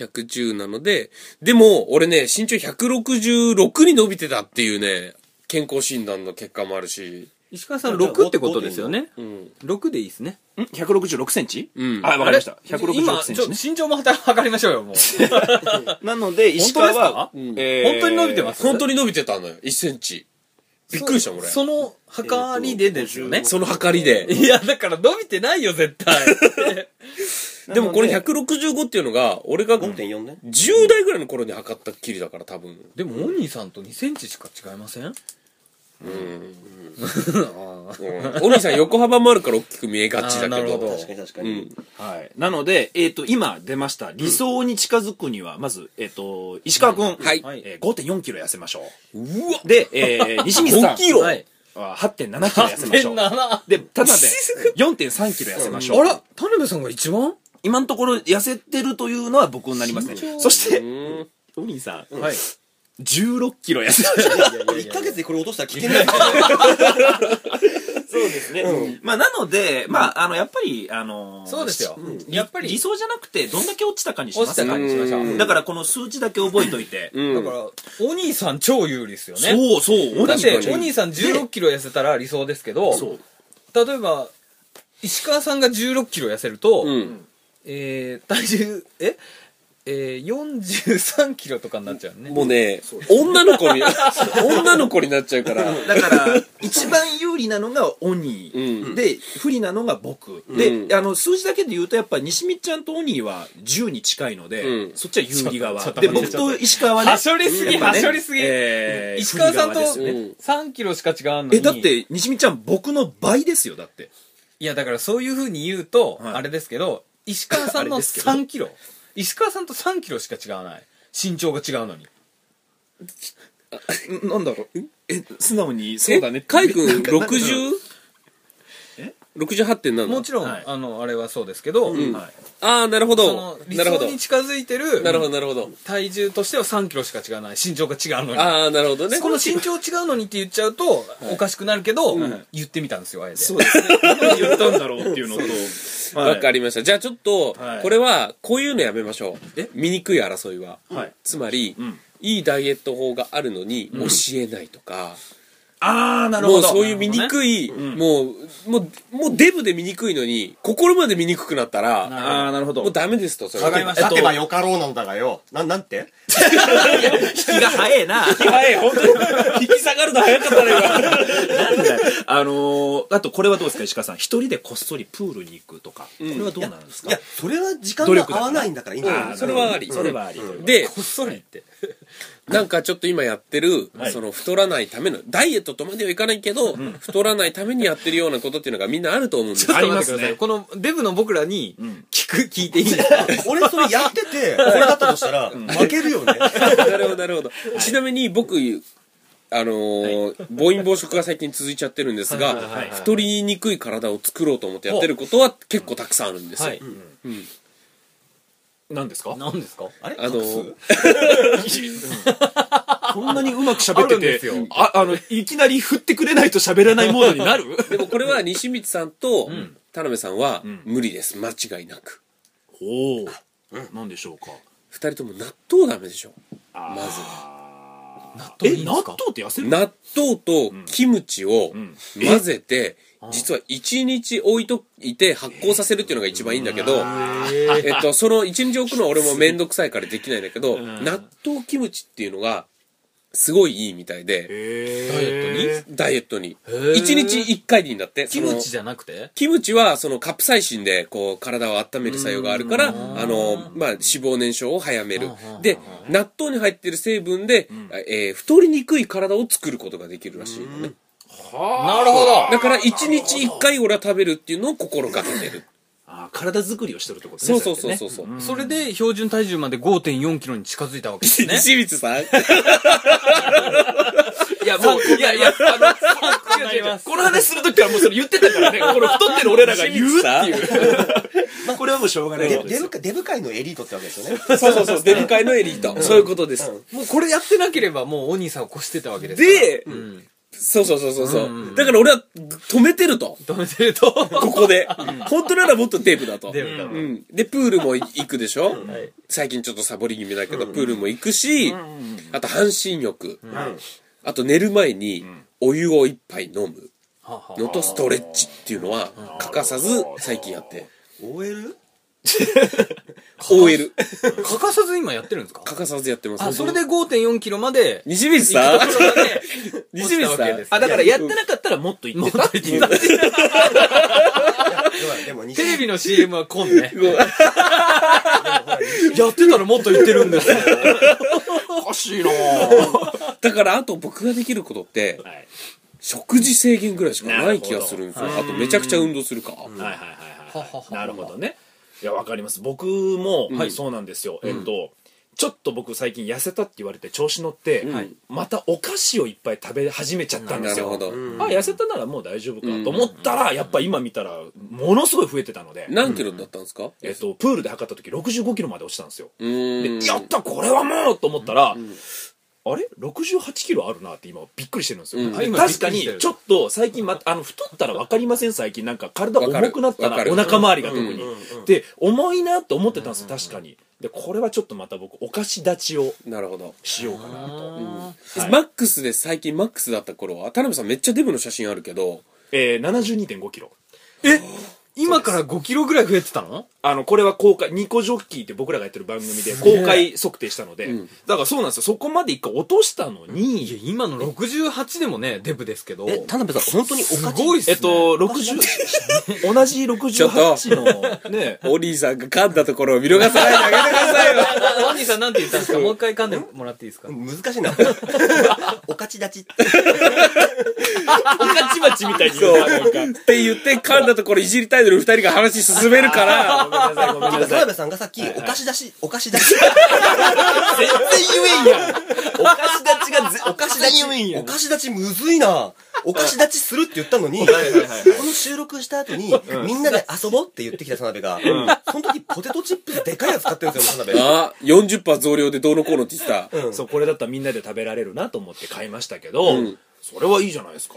Speaker 1: 110なので、でも、俺ね、身長166に伸びてたっていうね、健康診断の結果もあるし、
Speaker 2: 石川さん6ってことですよね
Speaker 1: うん。
Speaker 2: 6でいいですね
Speaker 3: ん166センチ、
Speaker 1: うん
Speaker 3: あわかりました
Speaker 2: 今
Speaker 3: 166セン
Speaker 2: ちょ
Speaker 3: チね
Speaker 2: 身長も測りましょうよもう
Speaker 3: なので石川は
Speaker 2: 本当
Speaker 1: ですか
Speaker 3: えー
Speaker 2: 本当に伸びてます
Speaker 1: 本当に伸びてたのよ、1センチ。びっくりした、俺。
Speaker 2: その測りでですよね、
Speaker 1: その計りで。
Speaker 2: いやだから伸びてないよ絶対
Speaker 1: でもこれ165っていうのが、俺が10
Speaker 4: 5.4ね
Speaker 1: 代ぐらいの頃に測ったっきりだから、多分。
Speaker 2: でもオニーさんと2センチしか違いません
Speaker 1: うんお兄さん横幅もあるから大きく見えがちだ
Speaker 2: あーな
Speaker 1: け
Speaker 2: るほど
Speaker 1: ど。
Speaker 4: 確かに確か
Speaker 1: う
Speaker 4: に、
Speaker 1: ん。
Speaker 3: はい、なので、えー、と今出ました理想に近づくにはまず、えー、と石川君、
Speaker 1: はい
Speaker 3: えー、5.4キロ痩せましょう
Speaker 1: うわ
Speaker 3: で、えー、西水さん
Speaker 1: 5キロ
Speaker 3: はいあ8.7キロ痩せましょう
Speaker 2: 7
Speaker 3: で
Speaker 2: *laughs*
Speaker 3: 田辺4.3キロ痩せましょう、
Speaker 2: あら田辺さんが一番
Speaker 3: 今のところ痩せてるというのは僕になりますねそして
Speaker 1: うん
Speaker 3: お兄さん
Speaker 2: はい
Speaker 3: 16キロ痩せましょう
Speaker 4: 1ヶ月でこれ落としたら危険だよ
Speaker 3: そうですね。まあ、なので、まあ、あの、やっぱり、あのー
Speaker 2: そうですよ
Speaker 3: うん
Speaker 2: やっぱり
Speaker 3: 理想じゃなくて、どんだけ落ちたかにしま
Speaker 2: 落ち
Speaker 3: す
Speaker 2: た
Speaker 3: か
Speaker 2: 感じしましょう
Speaker 3: だから、この数値だけ覚えといて。
Speaker 2: だからお兄さん超有利ですよね
Speaker 3: そうそう、
Speaker 2: だっ
Speaker 3: 確か
Speaker 2: て
Speaker 3: に
Speaker 2: お兄さん1 6キロ痩せたら理想ですけど
Speaker 3: そう。
Speaker 2: 例えば石川さんが1 6キロ痩せると、
Speaker 1: うん。
Speaker 2: えー体重ええー、43キロとかになっちゃうね
Speaker 1: もうね、女の子に、 *laughs* 女の子になっちゃうから。
Speaker 3: だから、一番有利なのがオニー、
Speaker 1: うん
Speaker 3: で、不利なのが僕。
Speaker 1: うん
Speaker 3: で、あの、数字だけで言うと、やっぱ、西光ちゃんとオニーは10に近いので、
Speaker 1: うん
Speaker 3: そっちは有利側
Speaker 2: ちょっ。と
Speaker 3: で、
Speaker 2: ちょっと
Speaker 3: 僕と石川はね、
Speaker 2: はしょりすぎ、
Speaker 3: やっぱ
Speaker 2: は
Speaker 3: ね
Speaker 2: しょりすぎ、
Speaker 3: えー
Speaker 2: 石川さんと
Speaker 3: 不利側ですよね
Speaker 1: ね
Speaker 2: 3キロしか違うのに
Speaker 3: え、だって、西光ちゃん、僕の倍ですよ、だって。
Speaker 2: いやだからそういうふうに言うと、
Speaker 3: はい
Speaker 2: あれですけど石川さん
Speaker 3: あ
Speaker 2: の
Speaker 3: れですけど
Speaker 2: 3キロ石川さんと3キロしか違わない身長が違うのに
Speaker 3: んなんだろうえ素直にそ
Speaker 1: え
Speaker 3: うだね
Speaker 1: カイ君
Speaker 3: なんか
Speaker 1: 60? 68点なの
Speaker 2: もちろん、
Speaker 3: はい
Speaker 2: あのあれはそうですけど、
Speaker 1: ん
Speaker 3: はい
Speaker 1: ああ、なるほ
Speaker 2: そ
Speaker 1: ど
Speaker 2: の。理
Speaker 1: なるほ
Speaker 2: 想
Speaker 1: ど。
Speaker 2: に近づいてる
Speaker 1: なるほど、なるほど。
Speaker 2: 体重としては3キロしか違わない身長が違うのに
Speaker 1: ああ、なるほどね。
Speaker 2: この身長違うのにって言っちゃうとおかしくなるけど、言ってみたんですよあえて
Speaker 3: そうですね何言ったんだろうっていうのと
Speaker 1: わか
Speaker 3: り
Speaker 1: りました。じゃあちょっと
Speaker 3: はい、
Speaker 1: これは、こういうのやめましょう。醜い争いは。
Speaker 3: はい
Speaker 1: つまり
Speaker 3: ん、
Speaker 1: いいダイエット法があるのに、教えないとか、
Speaker 3: ああなる
Speaker 1: も
Speaker 3: ほ
Speaker 1: う
Speaker 3: ど
Speaker 1: そういう醜い、もう、もう、もうデブで醜いのに、心まで醜くなったら、
Speaker 3: ああなるほど
Speaker 1: もうダメですと、それ
Speaker 2: わかりました
Speaker 4: 立てばよかろうなのだがよななんて
Speaker 3: 気が早えな
Speaker 1: はい、本当に。引き下がるの早かったね、
Speaker 3: あのーあとこれはどうですか石川さん一人でこっそりプールに行くとかこれはどうなんです
Speaker 4: い
Speaker 3: か
Speaker 4: やそれは時間
Speaker 3: 努
Speaker 4: が
Speaker 3: 力
Speaker 4: 合
Speaker 3: だから
Speaker 4: わないんだからいいんだ
Speaker 1: 今。
Speaker 4: よ
Speaker 1: うんそれはあり。
Speaker 3: それはありという
Speaker 1: で、
Speaker 2: こっそりって
Speaker 1: なんかちょっと今やってる、
Speaker 3: はい
Speaker 1: その太らないための、ダイエットとまではいかないけど、太らないためにやってるようなことっていうのがみんなあると思うんです
Speaker 2: ちょっ
Speaker 1: よ。
Speaker 2: と
Speaker 3: あり
Speaker 2: 待
Speaker 3: ま
Speaker 2: ってくだ
Speaker 3: す
Speaker 2: さい、
Speaker 3: ね
Speaker 2: このデブの僕らに聞く、聞いていいですか
Speaker 4: 俺それやっててこれだったとしたら負けるよね
Speaker 1: なるほど、なるほど。ちなみに僕、あのー暴飲暴食が最近続いちゃってるんですが、太りにくい体を作ろうと思ってやってることは結構たくさんあるんですよ。
Speaker 2: はい、
Speaker 3: 何ですか
Speaker 2: *laughs* 何ですかあれ
Speaker 1: あのー
Speaker 3: こんなにうまく喋って
Speaker 2: あるんです
Speaker 3: て
Speaker 2: よ
Speaker 3: ああのいきなり振ってくれないと喋らないモードになる
Speaker 1: でもこれは西光さんと田辺さんは無理です。間違いなく。
Speaker 3: *laughs* おお何でしょうか
Speaker 1: 二人とも納豆ダメでしょ。
Speaker 3: ま
Speaker 1: まず
Speaker 3: 納
Speaker 2: 豆
Speaker 3: 豆
Speaker 2: いい
Speaker 3: え
Speaker 2: ん
Speaker 3: 納
Speaker 2: です
Speaker 3: 豆
Speaker 2: か
Speaker 3: って痩せる
Speaker 1: 納豆とキムチを
Speaker 3: ん
Speaker 1: 混ぜて、実は1日置いといて発酵させるっていうのが一番いいんだけど、えっと、その1日置くのは俺もめんどくさいからできないんだけど、納豆キムチっていうのがすごいいいみたいで、
Speaker 3: ダイエッ
Speaker 1: ダイエットに。
Speaker 2: ー
Speaker 1: 1日1回でいいんだって。
Speaker 2: キムチじ
Speaker 1: ゃ
Speaker 2: ゃなくて
Speaker 1: キムチはそのカプサイシンでこう体を温める作用があるから、あの、まあ、脂肪燃焼を早める。で、納豆に入ってる成分で、えー太りにくい体を作ることができるらしいの
Speaker 2: な
Speaker 1: ね。
Speaker 2: るほど
Speaker 1: だから一日一回俺は食べるっていうのを心がけてる。
Speaker 3: あー体作りをしてるってことね
Speaker 1: そうそうそう
Speaker 3: そ
Speaker 1: そ
Speaker 3: れ
Speaker 1: うそう。
Speaker 2: それで標準体重まで5 4キロに近づいたわけです
Speaker 1: *laughs*
Speaker 2: ね
Speaker 1: 西光さん
Speaker 2: いやもういやいやあの違う違う *laughs* 違う
Speaker 3: この話するときはもうそれ言ってたからね。この太ってる俺らが言うっていう。
Speaker 7: これはもうしょうがない
Speaker 4: デ
Speaker 7: ことで
Speaker 4: デ
Speaker 7: すよ
Speaker 4: ブデブ界のエリートってわけですよね
Speaker 1: そうそうそう、出迎えのエリート。
Speaker 2: そういうことです、もうこれやってなければもうお兄さんを越してたわけですから
Speaker 1: で、そうそうそうそうそう、
Speaker 2: うん
Speaker 1: だから俺は止めてると。
Speaker 2: 止めてると
Speaker 1: ここで。本当ならもっとデブだと。
Speaker 2: 出るだろう
Speaker 1: うん、でプールもい行くでしょ、
Speaker 2: はい
Speaker 1: 最近ちょっとサボり気味だけど、プールも行くし、あと半身浴、あと寝る前にお湯を一杯飲む
Speaker 2: はあはあ
Speaker 1: のとストレッチっていうのは欠かさず最近やって
Speaker 4: OL?
Speaker 1: OL
Speaker 2: 欠かさず今やってるん
Speaker 1: *laughs*
Speaker 2: ですか
Speaker 1: 欠かさずやってます
Speaker 2: あそれで5 4キロまでで
Speaker 1: 西光
Speaker 2: *laughs*
Speaker 1: さん西
Speaker 2: 落ち
Speaker 1: 光
Speaker 2: たわ
Speaker 1: さ
Speaker 2: け
Speaker 1: ん
Speaker 2: です
Speaker 3: あ、だからやってなかったらもっと言ってたっていう。
Speaker 4: ほらでも
Speaker 2: *laughs*
Speaker 4: 西
Speaker 2: テレビの CM は今ね *laughs* やってたらもっと言ってるんですよ
Speaker 3: おかし
Speaker 4: *laughs*
Speaker 3: いな
Speaker 1: だからあと僕ができることって、
Speaker 3: はい
Speaker 1: 食事制限ぐらいしかない気がするんですよあとめちゃくちゃ運動するか、
Speaker 3: はいはいはい
Speaker 2: は
Speaker 3: は
Speaker 2: ははい
Speaker 3: なるほどねいやわかります僕も、
Speaker 1: はい
Speaker 3: そうなんですよ、えっとちょっと僕最近痩せたって言われて調子乗って、
Speaker 1: はい
Speaker 3: またお菓子をいっぱい食べ始めちゃったんで
Speaker 1: な
Speaker 3: す
Speaker 1: る
Speaker 3: よ
Speaker 1: ほど、
Speaker 3: あ痩せたならもう大丈夫か
Speaker 1: うん
Speaker 3: と思ったら、やっぱ今見たらものすごい増えてたので、
Speaker 1: 何キロだったんですか、
Speaker 3: えっとプールで測った時6 5キロまで落ちたんですよ、
Speaker 1: うーん
Speaker 3: でやったこれはもうと思ったら、あれ68キロあるなって今びっくりしてるんですよ、
Speaker 1: うん
Speaker 3: で
Speaker 2: 今
Speaker 3: 確か
Speaker 2: びっくりして
Speaker 3: に
Speaker 2: る
Speaker 3: ちょっと最近、ま、あの太ったら分かりません最近なんか体
Speaker 1: わかる
Speaker 3: 重くなった
Speaker 1: わからる
Speaker 3: お腹周りが特に、
Speaker 1: うん
Speaker 3: で重いなと思ってたんですよ確かにでこれはちょっとまた僕お菓子立ちを
Speaker 1: なるほど
Speaker 3: しようかなと、はい
Speaker 1: マックスで最近マックスだった頃は田辺さんめっちゃデブの写真あるけ
Speaker 3: *laughs*
Speaker 1: ど
Speaker 3: えー、72.5キロ
Speaker 2: え今から5キロぐらい増えてたの
Speaker 3: あのこれは公開ニコジョッキーって僕らがやってる番組で公開測定したので、だからそうなんですよそこまで一回落としたのに、
Speaker 2: いや今の68でもねデブですけど
Speaker 4: え田辺さん本当にお
Speaker 2: す
Speaker 4: かち
Speaker 2: ごいっす
Speaker 3: え
Speaker 2: ね
Speaker 3: っと、60、同じ68の、ね、
Speaker 1: オリーさんが噛んだところを見逃さないであげてくださいよ
Speaker 2: *laughs* お兄さんなんて言ったんですかもう一回噛んでもらっていいですか
Speaker 4: 難しいな *laughs* おかち立ちって
Speaker 3: おかちまちみたいに言うななんか。
Speaker 1: って言って噛んだところいじりたいのに二人が話進める
Speaker 3: *laughs*
Speaker 1: から
Speaker 3: ごめんなさい、ごめん
Speaker 4: 今
Speaker 3: な
Speaker 4: 田
Speaker 3: さい。
Speaker 4: 辺さんがさっきおかし出しおかし出し
Speaker 3: 全然言えんやん。おかし立ちがぜ、
Speaker 4: おかし立ちおかし立ちむずいなおかし立ちするって言ったのにこの収録した後にみんなで遊ぼうって言ってきた田辺がその時ポテトチップスでかいやつ買ってるんですよ田辺
Speaker 1: あ40%増量でどうのこうのって言ってた
Speaker 3: そう、これだったらみんなで食べられるなと思って買いましたけど、それはいいじゃないですか。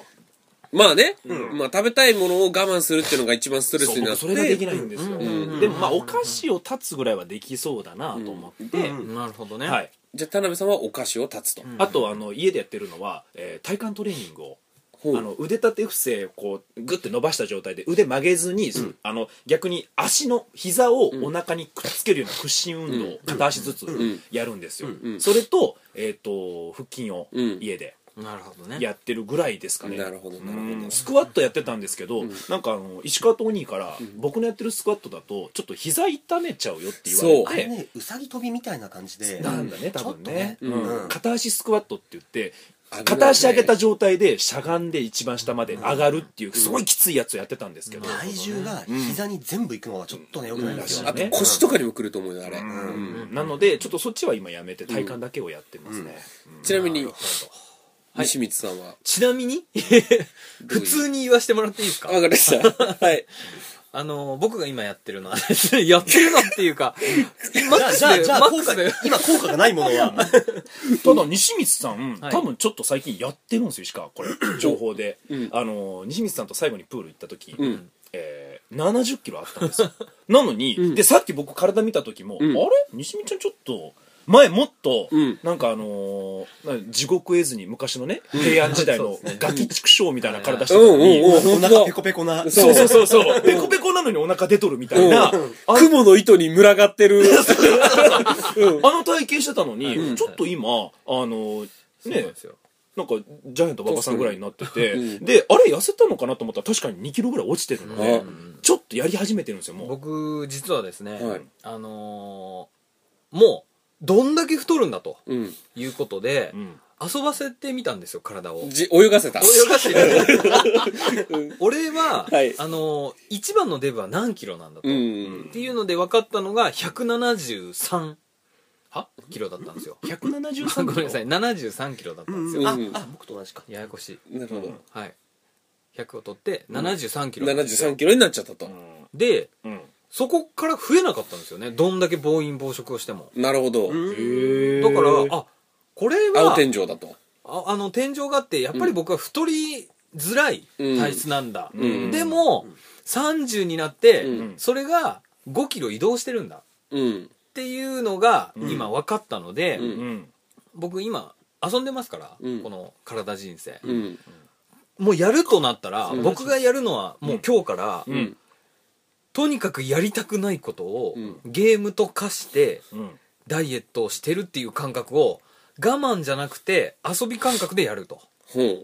Speaker 1: まあね、まあ食べたいものを我慢するっていうのが一番ストレス
Speaker 3: そう
Speaker 1: になっ
Speaker 3: 僕
Speaker 1: て
Speaker 3: それができないんですよ。でも、まあ、お菓子を立つぐらいはできそうだなと思って、
Speaker 2: なるほどね
Speaker 3: はい。
Speaker 1: じゃあ田辺さんはお菓子を断つと、
Speaker 3: あとあの家でやってるのは、えー体幹トレーニングを
Speaker 1: ほう
Speaker 3: あの腕立て伏せをこうグッて伸ばした状態で腕曲げずに、あの逆に足の膝をお腹にくっつけるような屈伸運動を片足ずつやるんですよ、それと,、えー、と腹筋を
Speaker 1: うん
Speaker 3: 家で
Speaker 2: なるほどね
Speaker 3: やってるぐらいですかね、
Speaker 1: なるほどなるほど、
Speaker 3: うんスクワットやってたんですけど、なんかあの石川とお兄から、僕のやってるスクワットだとちょっと膝痛めちゃうよって言わ
Speaker 4: あ
Speaker 3: れ
Speaker 4: れ
Speaker 3: て
Speaker 4: ねうさぎ跳びみたいな感じで
Speaker 3: なんだね多分ね
Speaker 4: ちょっとね
Speaker 3: うん
Speaker 4: うん
Speaker 3: 片足スクワットって言って
Speaker 1: 危ないね
Speaker 3: 片足上げた状態でしゃがんで一番下まで上がるっていうすごいきついやつをやってたんですけど、
Speaker 4: 体重が膝に全部いくのはちょっとね良くないですよ
Speaker 1: あと腰とかにもくると思うよあれ、
Speaker 3: うんなのでちょっとそっちは今やめて体幹だけをやってますね、
Speaker 1: ちなみに西光さんは
Speaker 2: ちなみに
Speaker 1: どういう
Speaker 2: 普通に言わせてもらっていいですか
Speaker 1: わかりました
Speaker 3: *laughs*
Speaker 1: はい
Speaker 2: あの僕が今やってるのはですねや *laughs* ってるのっていうかマックス
Speaker 4: じゃあ
Speaker 2: で
Speaker 4: じゃあ
Speaker 2: マッ
Speaker 4: 効
Speaker 2: ク
Speaker 4: 果
Speaker 2: スで
Speaker 4: 今効果がないものは
Speaker 3: ただ西光さん、
Speaker 2: はい
Speaker 3: 多分ちょっと最近やってるんですよ石川
Speaker 1: *clears throat*
Speaker 3: これ情報で、あの西光さんと最後にプール行った時、
Speaker 1: ん
Speaker 3: えー70キロあった
Speaker 1: *laughs*
Speaker 3: んですよなのに、でさっき僕体見た時も、
Speaker 1: ん
Speaker 3: あれ西光ちゃんちょっと前もっと、
Speaker 1: うん
Speaker 3: なんかあのーな地獄絵図に昔のね平安
Speaker 1: *laughs*
Speaker 3: 時代のガキ畜生みたいな体してたのに、
Speaker 1: うんうんうん
Speaker 4: お腹ペコペコな
Speaker 3: そうそうそうそうペコペコなのにお腹出とるみたいな、あ
Speaker 1: 雲の糸に群がってる
Speaker 3: あの体型してたのに、ちょっと今あの
Speaker 2: そう
Speaker 3: ね
Speaker 2: なんですよ
Speaker 3: なんかジャイアント馬場さんぐらいになってて、であれ痩せたのかなと思ったら確かに2キロぐらい落ちてるので、ちょっとやり始めてるんですよもう
Speaker 2: 僕実はですね、
Speaker 1: *laughs* はい
Speaker 2: あのーもうどんだけ太るんだと
Speaker 1: うん
Speaker 2: いうことで、
Speaker 3: ん
Speaker 2: 遊ばせてみたんですよ体を
Speaker 1: じ泳がせた
Speaker 2: 泳がして俺は、
Speaker 1: はい
Speaker 2: あのー一番のデブは何キロなんだと、
Speaker 1: う
Speaker 2: っ
Speaker 1: ん
Speaker 2: ていうので分かったのが173
Speaker 3: は
Speaker 2: キロだったんですよ
Speaker 3: 173キロ
Speaker 2: ごめんなさい73キロだったんですよ、
Speaker 1: うん
Speaker 4: ああ僕と同じか
Speaker 2: ややこしい
Speaker 1: なるほど
Speaker 2: はい100を取って73キロ、
Speaker 1: 73キロになっちゃったと、
Speaker 2: で
Speaker 3: うん
Speaker 2: そこから増えなかったんですよねどんだけ暴飲暴食をしても
Speaker 1: なるほど、
Speaker 3: へ
Speaker 2: だからあこれは
Speaker 1: 青天井だと
Speaker 2: ああの天井があってやっぱり僕は太りづらい体質なんだ、
Speaker 1: ん
Speaker 2: でも30になって、
Speaker 1: うん
Speaker 2: それが5キロ移動してるんだ
Speaker 1: うん
Speaker 2: っていうのが今分かったので、
Speaker 1: うん
Speaker 3: うん
Speaker 2: 僕今遊んでますから、
Speaker 1: うん
Speaker 2: この体人生、
Speaker 1: うん
Speaker 2: もうやるとなったら
Speaker 1: ん
Speaker 2: 僕がやるのはもう今日から、
Speaker 3: うん
Speaker 2: とにかくやりたくないことを
Speaker 1: ん
Speaker 2: ゲームと化して
Speaker 3: うん
Speaker 2: ダイエットをしてるっていう感覚を我慢じゃなくて遊び感覚でやると
Speaker 1: ほ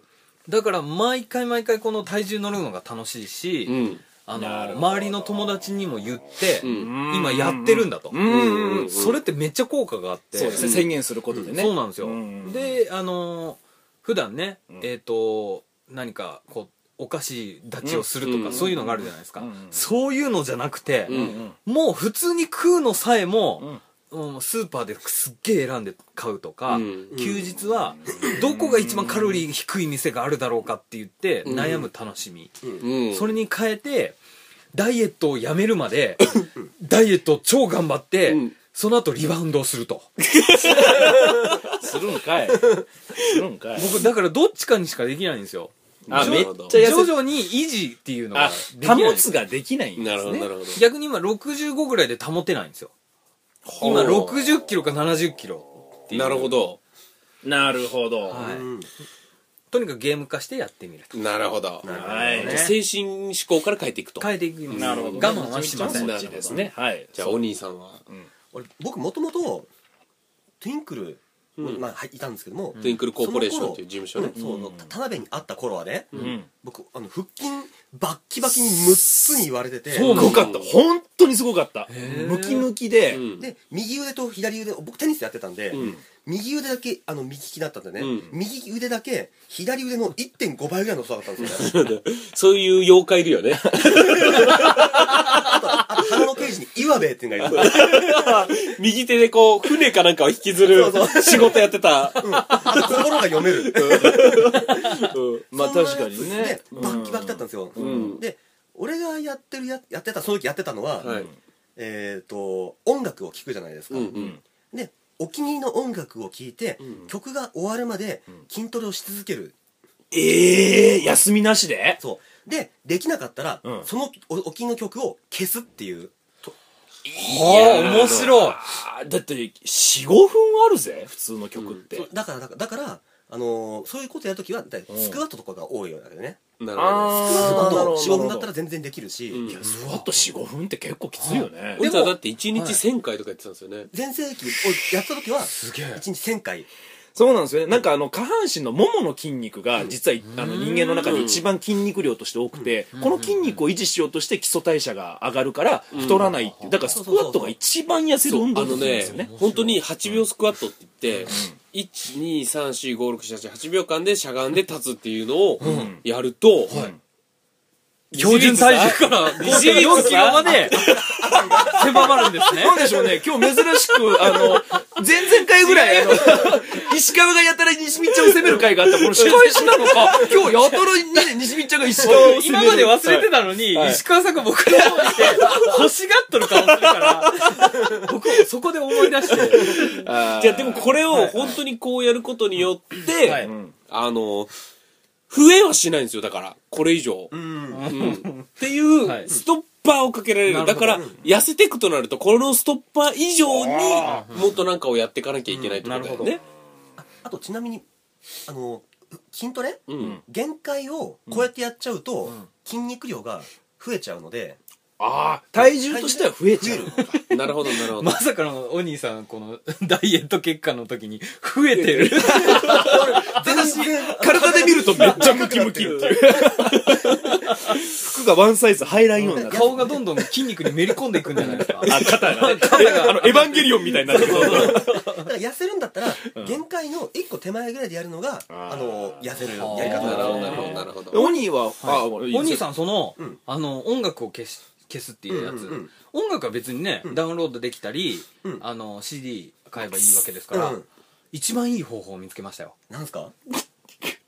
Speaker 2: だから毎回毎回この体重乗るのが楽しいし、
Speaker 1: ううん
Speaker 2: あ
Speaker 3: なる
Speaker 2: の
Speaker 3: ほど
Speaker 2: 周りの友達にも言って、
Speaker 1: ん
Speaker 2: 今やってるんだと、
Speaker 3: うんうん
Speaker 2: それってめっちゃ効果があって
Speaker 3: そうですね宣言することでね
Speaker 2: そうなんですよ、
Speaker 3: うん
Speaker 2: であのー普段ね、えっ、と何かこうお菓子立ちをするとか、
Speaker 1: うん
Speaker 2: そういうのがあるじゃないですか、
Speaker 3: うんうん
Speaker 2: そういうのじゃなくて、
Speaker 1: うん
Speaker 2: もう普通に食うのさえも、うんスーパーですっげえ選んで買うとか、
Speaker 1: うん
Speaker 2: 休日はどこが一番カロリー低い店があるだろうかって言って悩む楽しみ、
Speaker 1: うん
Speaker 2: それに変えてダイエットをやめるまでダイエットを超頑張って、
Speaker 1: うん
Speaker 2: その後リバウンドをすると
Speaker 3: するんかいするんかい
Speaker 2: 僕だからどっちかにしかできないんですよ
Speaker 3: あ
Speaker 2: 徐
Speaker 3: めっちゃ痩せ
Speaker 2: 徐々に維持っていうのが
Speaker 3: あ
Speaker 2: できない
Speaker 3: 保つができないん
Speaker 1: な
Speaker 3: で
Speaker 1: るほ
Speaker 3: す
Speaker 1: どなる
Speaker 3: ね
Speaker 1: ほど
Speaker 2: 逆に今65ぐらいで保てないんですよ今60キロか70キロ
Speaker 1: なるほど
Speaker 3: なるほど
Speaker 2: はいとにかくゲーム化してやってみると
Speaker 1: なるほど
Speaker 3: はい
Speaker 1: じゃあ精神思考から変えていくと
Speaker 2: 変えていきます
Speaker 3: なるほど
Speaker 2: 我慢はしません
Speaker 3: そっちですねはい
Speaker 1: じゃあお兄さんは
Speaker 4: 俺僕もともとトゥインクル、まあはい、いたんですけども、
Speaker 1: トゥインクルコーポレーションという事務所ね
Speaker 4: その頃うんそう田辺に会った頃はね、
Speaker 3: うん
Speaker 4: 僕あの腹筋バッキバキに6つに言われてて
Speaker 3: すごかった本当にすごかったムキムキで
Speaker 1: うん
Speaker 4: で右腕と左腕僕テニスやってたんで、
Speaker 1: ん
Speaker 4: 右腕だけあの右利きだったんでね、
Speaker 1: うん
Speaker 4: 右腕だけ左腕の1.5倍ぐらいの太さだったんですよね
Speaker 1: そういう妖怪いるよね *laughs*
Speaker 4: あとあと花のページに岩部っていうのがいる
Speaker 1: 右手でこう船かなんかを引きずる仕事やってた
Speaker 4: あと心が読めるそん
Speaker 3: まあ
Speaker 4: な
Speaker 3: 確かにね
Speaker 4: やつでバッキバキだったんですよ、
Speaker 1: ん
Speaker 4: で俺がやってるややってたその時やってたのは、
Speaker 1: はい
Speaker 4: えっ、と音楽を聴くじゃないですか、
Speaker 1: うんうん
Speaker 4: でお気に入りの音楽を聴いて、曲が終わるまで筋トレをし続ける
Speaker 3: ええ休みなしで
Speaker 4: そうでできなかったら、
Speaker 3: うん
Speaker 4: そのおお気に入りの曲を消すっていう
Speaker 2: はあ面白い
Speaker 3: あだって45分あるぜ普通の曲って
Speaker 4: だからだからだから、あのーそういうことやるときはだいたいスクワットとかが多いわけだよね、
Speaker 1: なるほど
Speaker 3: あ
Speaker 4: スクワッ
Speaker 3: な
Speaker 4: ト
Speaker 3: るほど
Speaker 4: 45分だったら全然できるし、
Speaker 1: ん
Speaker 3: いやスクワット45分って結構きついよね
Speaker 1: 俺たちはだって1日1000回とかやってたんですよね
Speaker 4: 全盛期をやった時は1日1000回
Speaker 3: そうなんですよねなんかあの下半身のももの筋肉が実はあの人間の中で一番筋肉量として多くてこの筋肉を維持しようとして基礎代謝が上がるから太らないっていうだからスクワットが一番痩せる運動
Speaker 1: あ
Speaker 3: な
Speaker 1: の
Speaker 3: んですよ
Speaker 1: ね
Speaker 3: ね
Speaker 1: 本当に8秒スクワットって言って123456788秒間でしゃがんで立つっていうのをやると
Speaker 2: 標準体重から5.4キ *laughs* ロまで狭まるんですね
Speaker 3: *laughs* なんでしょうね、今日珍しく、あの、前々回ぐらい、あの、石川がやたら西見ちゃんを責める回があった、この仕返しなのか、今日やたら、ね、西見ちゃんが石川を責め
Speaker 2: 今
Speaker 3: る。
Speaker 2: まで忘れてたのに、
Speaker 3: はい
Speaker 2: 石川さんが僕の方にて、欲しがっとる顔するから、僕もそこで思い出して、
Speaker 3: あー
Speaker 1: じゃあでもこれを本当にこうやることによって、
Speaker 2: はい
Speaker 3: ん
Speaker 1: あの増えはしないんですよだからこれ以上、うんっていう
Speaker 2: はい
Speaker 1: ストッパーをかけられる、
Speaker 2: なる
Speaker 1: だ
Speaker 2: ほ
Speaker 1: か
Speaker 2: ど
Speaker 1: ら痩せていくとなるとこのストッパー以上にもっとなんかをやっていかなきゃいけないってことだよね、
Speaker 4: あとちなみにあの筋トレ、
Speaker 1: ん
Speaker 4: 限界をこうやってやっちゃうと、筋肉量が増えちゃうので
Speaker 3: あー体重としては増えちゃう。
Speaker 1: なるほどなるほ
Speaker 2: *laughs*
Speaker 1: ど
Speaker 2: まさかのお兄さん、この *laughs* ダイエット結果の時に、 *laughs* 増えてる。
Speaker 4: 全然
Speaker 3: 体で見るとめっちゃムキムキっていう。 *laughs* 服がワンサイズ入らんようになって
Speaker 2: *laughs*
Speaker 3: る。
Speaker 2: 顔がどんどん筋肉にめり込んでいくんじゃないですか。
Speaker 3: あ、肩がね。あの、エヴァンゲリオンみたいになってる。
Speaker 4: だから痩せるんだったら限界の一個手前ぐらいでやるのが、あの痩せるやり方
Speaker 1: なる
Speaker 4: だ
Speaker 1: ほど
Speaker 4: ね
Speaker 1: なるほどなるほど
Speaker 3: オニーは、あ、
Speaker 2: お兄さ
Speaker 3: ん。
Speaker 2: ん、その
Speaker 4: ん、
Speaker 2: あの、音楽を消し、消すっていうや
Speaker 4: うんうんうん
Speaker 2: つ。音楽は別にね、ダウンロードできたり
Speaker 4: うん、
Speaker 2: あの、CD 買えばいいわけですから
Speaker 4: うん、
Speaker 2: 一番いい方法を見つけましたよ。
Speaker 4: なんすか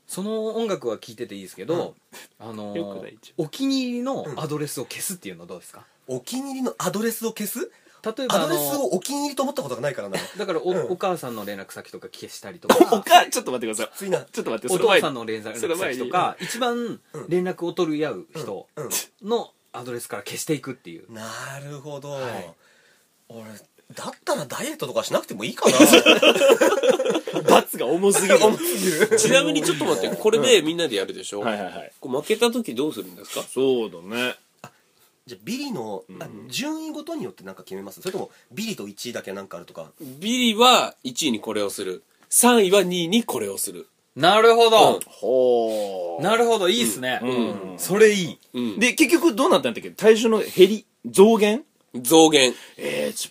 Speaker 2: その音楽は聞いてていいですけど、あの
Speaker 8: よくない一
Speaker 2: お気に入りのアドレスを消すっていうのはどうですか
Speaker 4: お気に入りのアドレスを消す
Speaker 2: 例えば
Speaker 4: ア
Speaker 2: あ
Speaker 4: ドレス
Speaker 2: の
Speaker 4: をお気に入りと思ったことがないからな。
Speaker 2: だからお,、お母さんの連絡先とか消したりと
Speaker 8: お
Speaker 2: か
Speaker 8: かちょっと待ってください
Speaker 4: ついな。
Speaker 8: ちょっと待って
Speaker 2: お
Speaker 8: その前
Speaker 2: 父
Speaker 8: に
Speaker 2: さんの連絡
Speaker 8: その前
Speaker 2: 先
Speaker 8: に
Speaker 2: とか一番連絡を取り合う人
Speaker 4: うんうん
Speaker 2: のアドレスから消していくっていう
Speaker 4: なるほど。
Speaker 2: はい
Speaker 4: 俺、だったらダイエットとかしなくてもいいかな。
Speaker 8: 罰が重
Speaker 3: *laughs*
Speaker 8: すぎる
Speaker 1: ちなみにちょっと待って、これでみんなでやるでしょ、
Speaker 3: はいはいはい
Speaker 1: こう負けた時どうするんですか
Speaker 3: そうだね
Speaker 4: じゃあビリの、あ順位ごとによってなんか決めますそれともビリと1位だけなんかあるとか
Speaker 1: ビリは1位にこれをする。3位は2位にこれをする。
Speaker 2: なるほど、
Speaker 3: ほ
Speaker 2: なるほどいいっすね、
Speaker 3: ん
Speaker 2: それいい
Speaker 1: うん。
Speaker 3: で結局どうなったんだっけ体重の減り増減
Speaker 1: 増減。
Speaker 3: ええち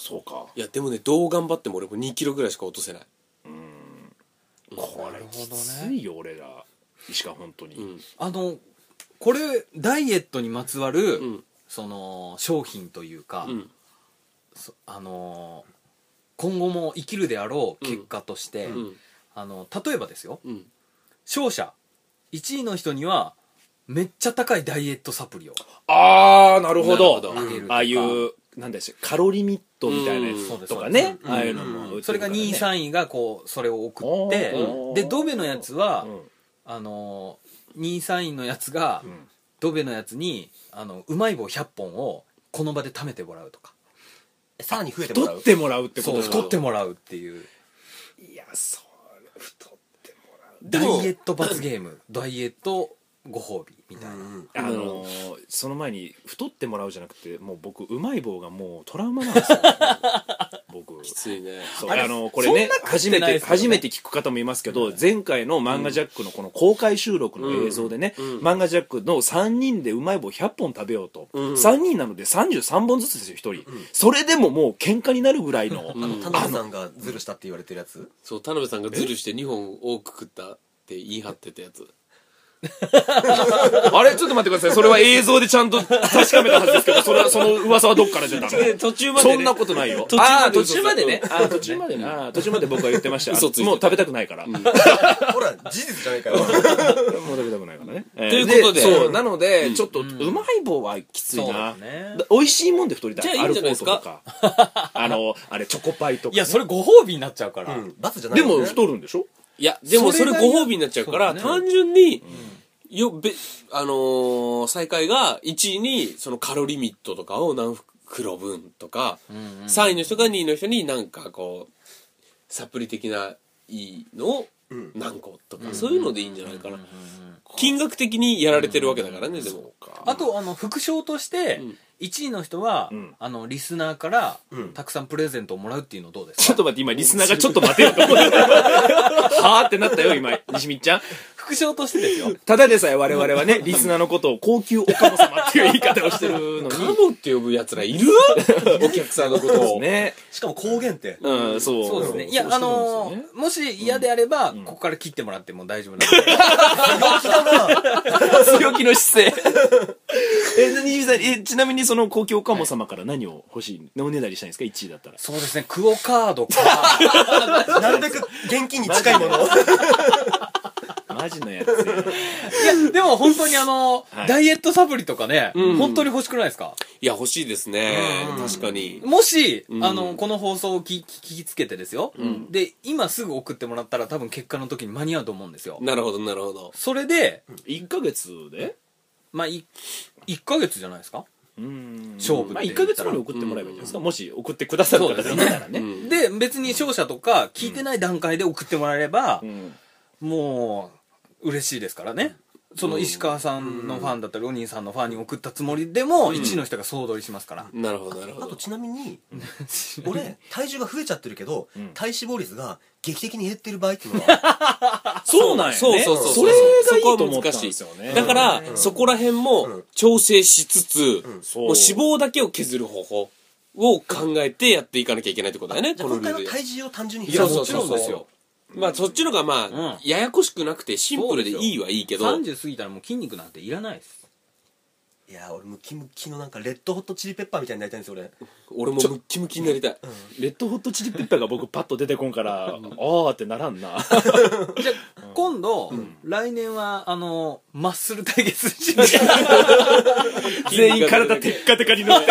Speaker 3: そうか
Speaker 1: いや、でもね、どう頑張っても俺も2キロぐらいしか落とせない。
Speaker 3: これきついよ俺ら石川本当に、
Speaker 1: ん
Speaker 2: あのこれダイエットにまつわる、
Speaker 1: ん
Speaker 2: その商品というか、
Speaker 1: ん
Speaker 2: そあのー今後も生きるであろう結果として、
Speaker 1: ん
Speaker 2: あの例えばですよ
Speaker 1: うん。
Speaker 2: 勝者1位の人にはめっちゃ高いダイエットサプリを
Speaker 3: ああなるほど
Speaker 1: なるほど
Speaker 2: あげるとか
Speaker 3: ああいうなんだっけカロリーミットみたいなや
Speaker 2: うん
Speaker 3: つとかね、ああいうのも、
Speaker 2: それが2位
Speaker 3: 位
Speaker 2: 3位がこうそれを送って
Speaker 3: うん
Speaker 2: でドベのやつは、
Speaker 3: うん
Speaker 2: あの2位3位のやつが、ドベのやつにあのうまい棒100本をこの場で貯めてもらうとか
Speaker 4: さらに増えてもら
Speaker 3: 取
Speaker 4: う
Speaker 3: ってもらうってこ
Speaker 2: そう
Speaker 3: と
Speaker 2: 太ってもらうっていう
Speaker 3: いやそれ太ってもらう
Speaker 2: ダイエット罰ゲームダイエットご褒美みたいな、
Speaker 3: あのーその前に太ってもらうじゃなくてもう僕うまい棒がもうトラウマなん *laughs* ですよ僕
Speaker 1: きついね。
Speaker 3: そうあのこれね初め
Speaker 2: ないで
Speaker 3: て
Speaker 2: すよね
Speaker 3: 初めて聞く方もいますけど、前回の「マンガジャック」のこの公開収録の映像でね、マンガジャックの3人でうまい棒100本食べようと、3人なので33本ずつですよ1人、それでももう喧嘩になるぐらいの、
Speaker 4: あの田辺さんがズルしたって言われてるやつ
Speaker 1: そう、田辺さんがズルして2本多く食ったって言い張ってたやつ。
Speaker 3: *laughs* あれちょっと待ってくださいそれは映像でちゃんと確かめたはずですけどそれはそ *laughs* の噂はどっからじゃったの
Speaker 1: 途中
Speaker 3: そんなことないよ。ああー、途中までね。あー途中までね。あー途中まで僕は言ってました。
Speaker 1: 嘘ついてた
Speaker 3: もう食べたくないから。もう
Speaker 4: ほら事実じゃないから
Speaker 3: 食べたくないからね。と
Speaker 1: ということで
Speaker 3: そう、なので、ちょっと、うまい棒はきつい
Speaker 2: そう
Speaker 3: な。
Speaker 2: だね
Speaker 3: だ美味しいもんで太りたい。
Speaker 1: じゃあいいんじゃないですか
Speaker 3: アルフォートとか。あの、あれ、チョコパイとかね。
Speaker 2: いやそれご褒美になっちゃうから、
Speaker 4: うん罰じゃない
Speaker 3: で
Speaker 4: よね
Speaker 3: も太るんでしょ
Speaker 1: いや、でもそれ
Speaker 2: それが
Speaker 1: ご褒美になっちゃうから、
Speaker 2: そうだね
Speaker 1: 単純に、よ、べ、あのー、最下位が1位に、そのカロリーミットとかを何袋分とか、3位の人が2位の人になんかこう、サプリ的ないいのを何個とか、そういうのでいいんじゃないかな。金額的にやられてるわけだからね、でも。
Speaker 2: あとあの副賞として1位の人は、
Speaker 3: ん
Speaker 2: あのリスナーから
Speaker 4: ん
Speaker 2: たくさんプレゼントをもらうっていうのどうです
Speaker 3: ち
Speaker 2: か
Speaker 3: ょ
Speaker 2: *laughs*
Speaker 3: っと待って、今、リスナーがちょっと待てよと思って。 *laughs* はーってなったよ、今、西光ちゃん。
Speaker 2: 副賞としてですよ
Speaker 3: ただでさえ我々はね、リスナーのことを高級おかも様っていう言い方をしてるのに。
Speaker 1: カモって呼ぶ奴らいるお客さんのことを。
Speaker 3: ね。
Speaker 4: しかも公言
Speaker 3: *laughs*
Speaker 4: って
Speaker 3: うん、そう。
Speaker 2: そうですねいや
Speaker 3: そう
Speaker 2: あ
Speaker 3: してるんですよ
Speaker 2: の
Speaker 3: ね
Speaker 2: ーもし嫌であれば、ここから切ってもらっても大丈夫なんで
Speaker 3: *laughs* 強気の姿勢。え、な西見さん、え、ちなみにその公共おかも様から何を欲しい、おねだりしたいんですか ?1 位だったら。
Speaker 2: そうですね、クオカード
Speaker 3: *laughs*
Speaker 2: か、
Speaker 4: なるべく現金に近いものを
Speaker 3: マジのやつや。
Speaker 2: いや、でも本当にあの、
Speaker 3: はい
Speaker 2: ダイエットサプリとかね、本当に欲しくないですか
Speaker 1: いや、欲しいですね。確かに。
Speaker 2: もし、あの、この放送を聞き聞きつけてですよ、で、今すぐ送ってもらったら多分結果の時に間に合うと思うんですよ。
Speaker 1: なるほど、なるほど。
Speaker 2: それで、
Speaker 3: 1ヶ月で
Speaker 2: まあ、い1ヶ月じゃないですか
Speaker 3: うん
Speaker 2: 勝負
Speaker 3: まあ
Speaker 2: って言
Speaker 3: 1
Speaker 2: ったら
Speaker 3: ヶ月後に送ってもらえばいいんじゃないですか。もし送ってくださる方がいたらね。
Speaker 2: で、別に勝者とか聞いてない段階で送ってもらえれば
Speaker 3: う、ん
Speaker 2: もう、嬉しいですからね。その石川さんのファンだったり、お兄さんのファンに送ったつもりでも、1位の人が総取りしますから。
Speaker 1: なるほど、なるほ
Speaker 4: あと
Speaker 1: ど。
Speaker 4: ちなみに俺体重が増えちゃってるけど、体脂肪率が劇的に減ってる場合っていうのは
Speaker 3: そうなんやね。
Speaker 1: そうそうそう
Speaker 3: それがいいと思ったんですよね。
Speaker 1: だから、そこら辺も調整しつつ、
Speaker 3: そう
Speaker 1: もう脂肪だけを削る方法を考えてやっていかなきゃいけないってことだよね、
Speaker 4: じゃ
Speaker 1: こ
Speaker 4: あ
Speaker 1: の
Speaker 4: 今
Speaker 1: ルー
Speaker 4: 回は
Speaker 1: ルで。
Speaker 4: 体重を単純に
Speaker 1: い
Speaker 4: 減
Speaker 1: や、
Speaker 4: ら
Speaker 1: も
Speaker 4: す
Speaker 1: ちろんですよ。まあ、そっちのがまあ、ややこしくなくてシンプルでいいはいいけど、
Speaker 2: 30過ぎたらもう筋肉なんていらないです
Speaker 4: いやー俺ムキムキのなんかレッドホットチリペッパーみたいになりたいんですよ俺
Speaker 1: 俺もムッキムキになりたい
Speaker 3: レッドホットチリペッパーが僕パッと出てこんから、あーってならんな。
Speaker 2: じゃあ今度、来年はあのマッスル対決しましょう
Speaker 3: *laughs* 全員体テッカテカになって。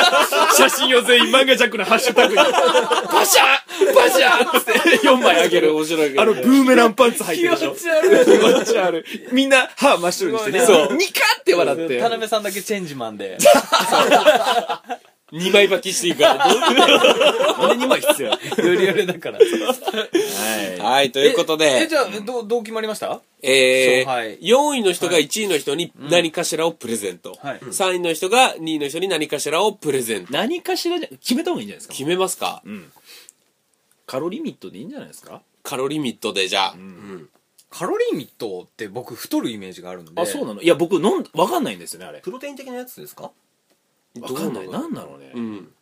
Speaker 3: *laughs* 写真を全員漫画ジャックのハッシュタグに、パシャーパシャーっつって4枚あげる。
Speaker 1: 面白いけ
Speaker 3: あ
Speaker 1: ど
Speaker 3: の、ブーメランパンツ履いてるでしょ。気持ち悪い。みんな歯真っ白にしてね。そう。ニカって笑って。
Speaker 2: 田辺さんだけチェンジマンで
Speaker 1: 2枚履きしていいからどう
Speaker 3: 俺にも必要。
Speaker 2: よりよりだから
Speaker 1: *laughs* はい、ということ
Speaker 2: え
Speaker 1: で
Speaker 2: じ、ゃあどうどう決まりました
Speaker 1: え
Speaker 2: そうはい
Speaker 1: ー、4位の人が1位の人に何かしらをプレゼント。
Speaker 2: はい
Speaker 1: 3位の人が2位の人に何かしらをプレゼント。
Speaker 3: 何かしらじゃ、決めた方がいいんじゃないですか。
Speaker 1: 決めますか
Speaker 3: うん。カロリーミットでいいんじゃないですか
Speaker 1: カロリーミットでじゃあ。
Speaker 2: カロリーミットって僕太るイメージがあるんで
Speaker 3: あ、そうなのいや、僕、飲ん、わかんないんですよね、あれ。
Speaker 4: プロテイン的なやつですか
Speaker 3: わかんない。なんだろうね。
Speaker 1: うん。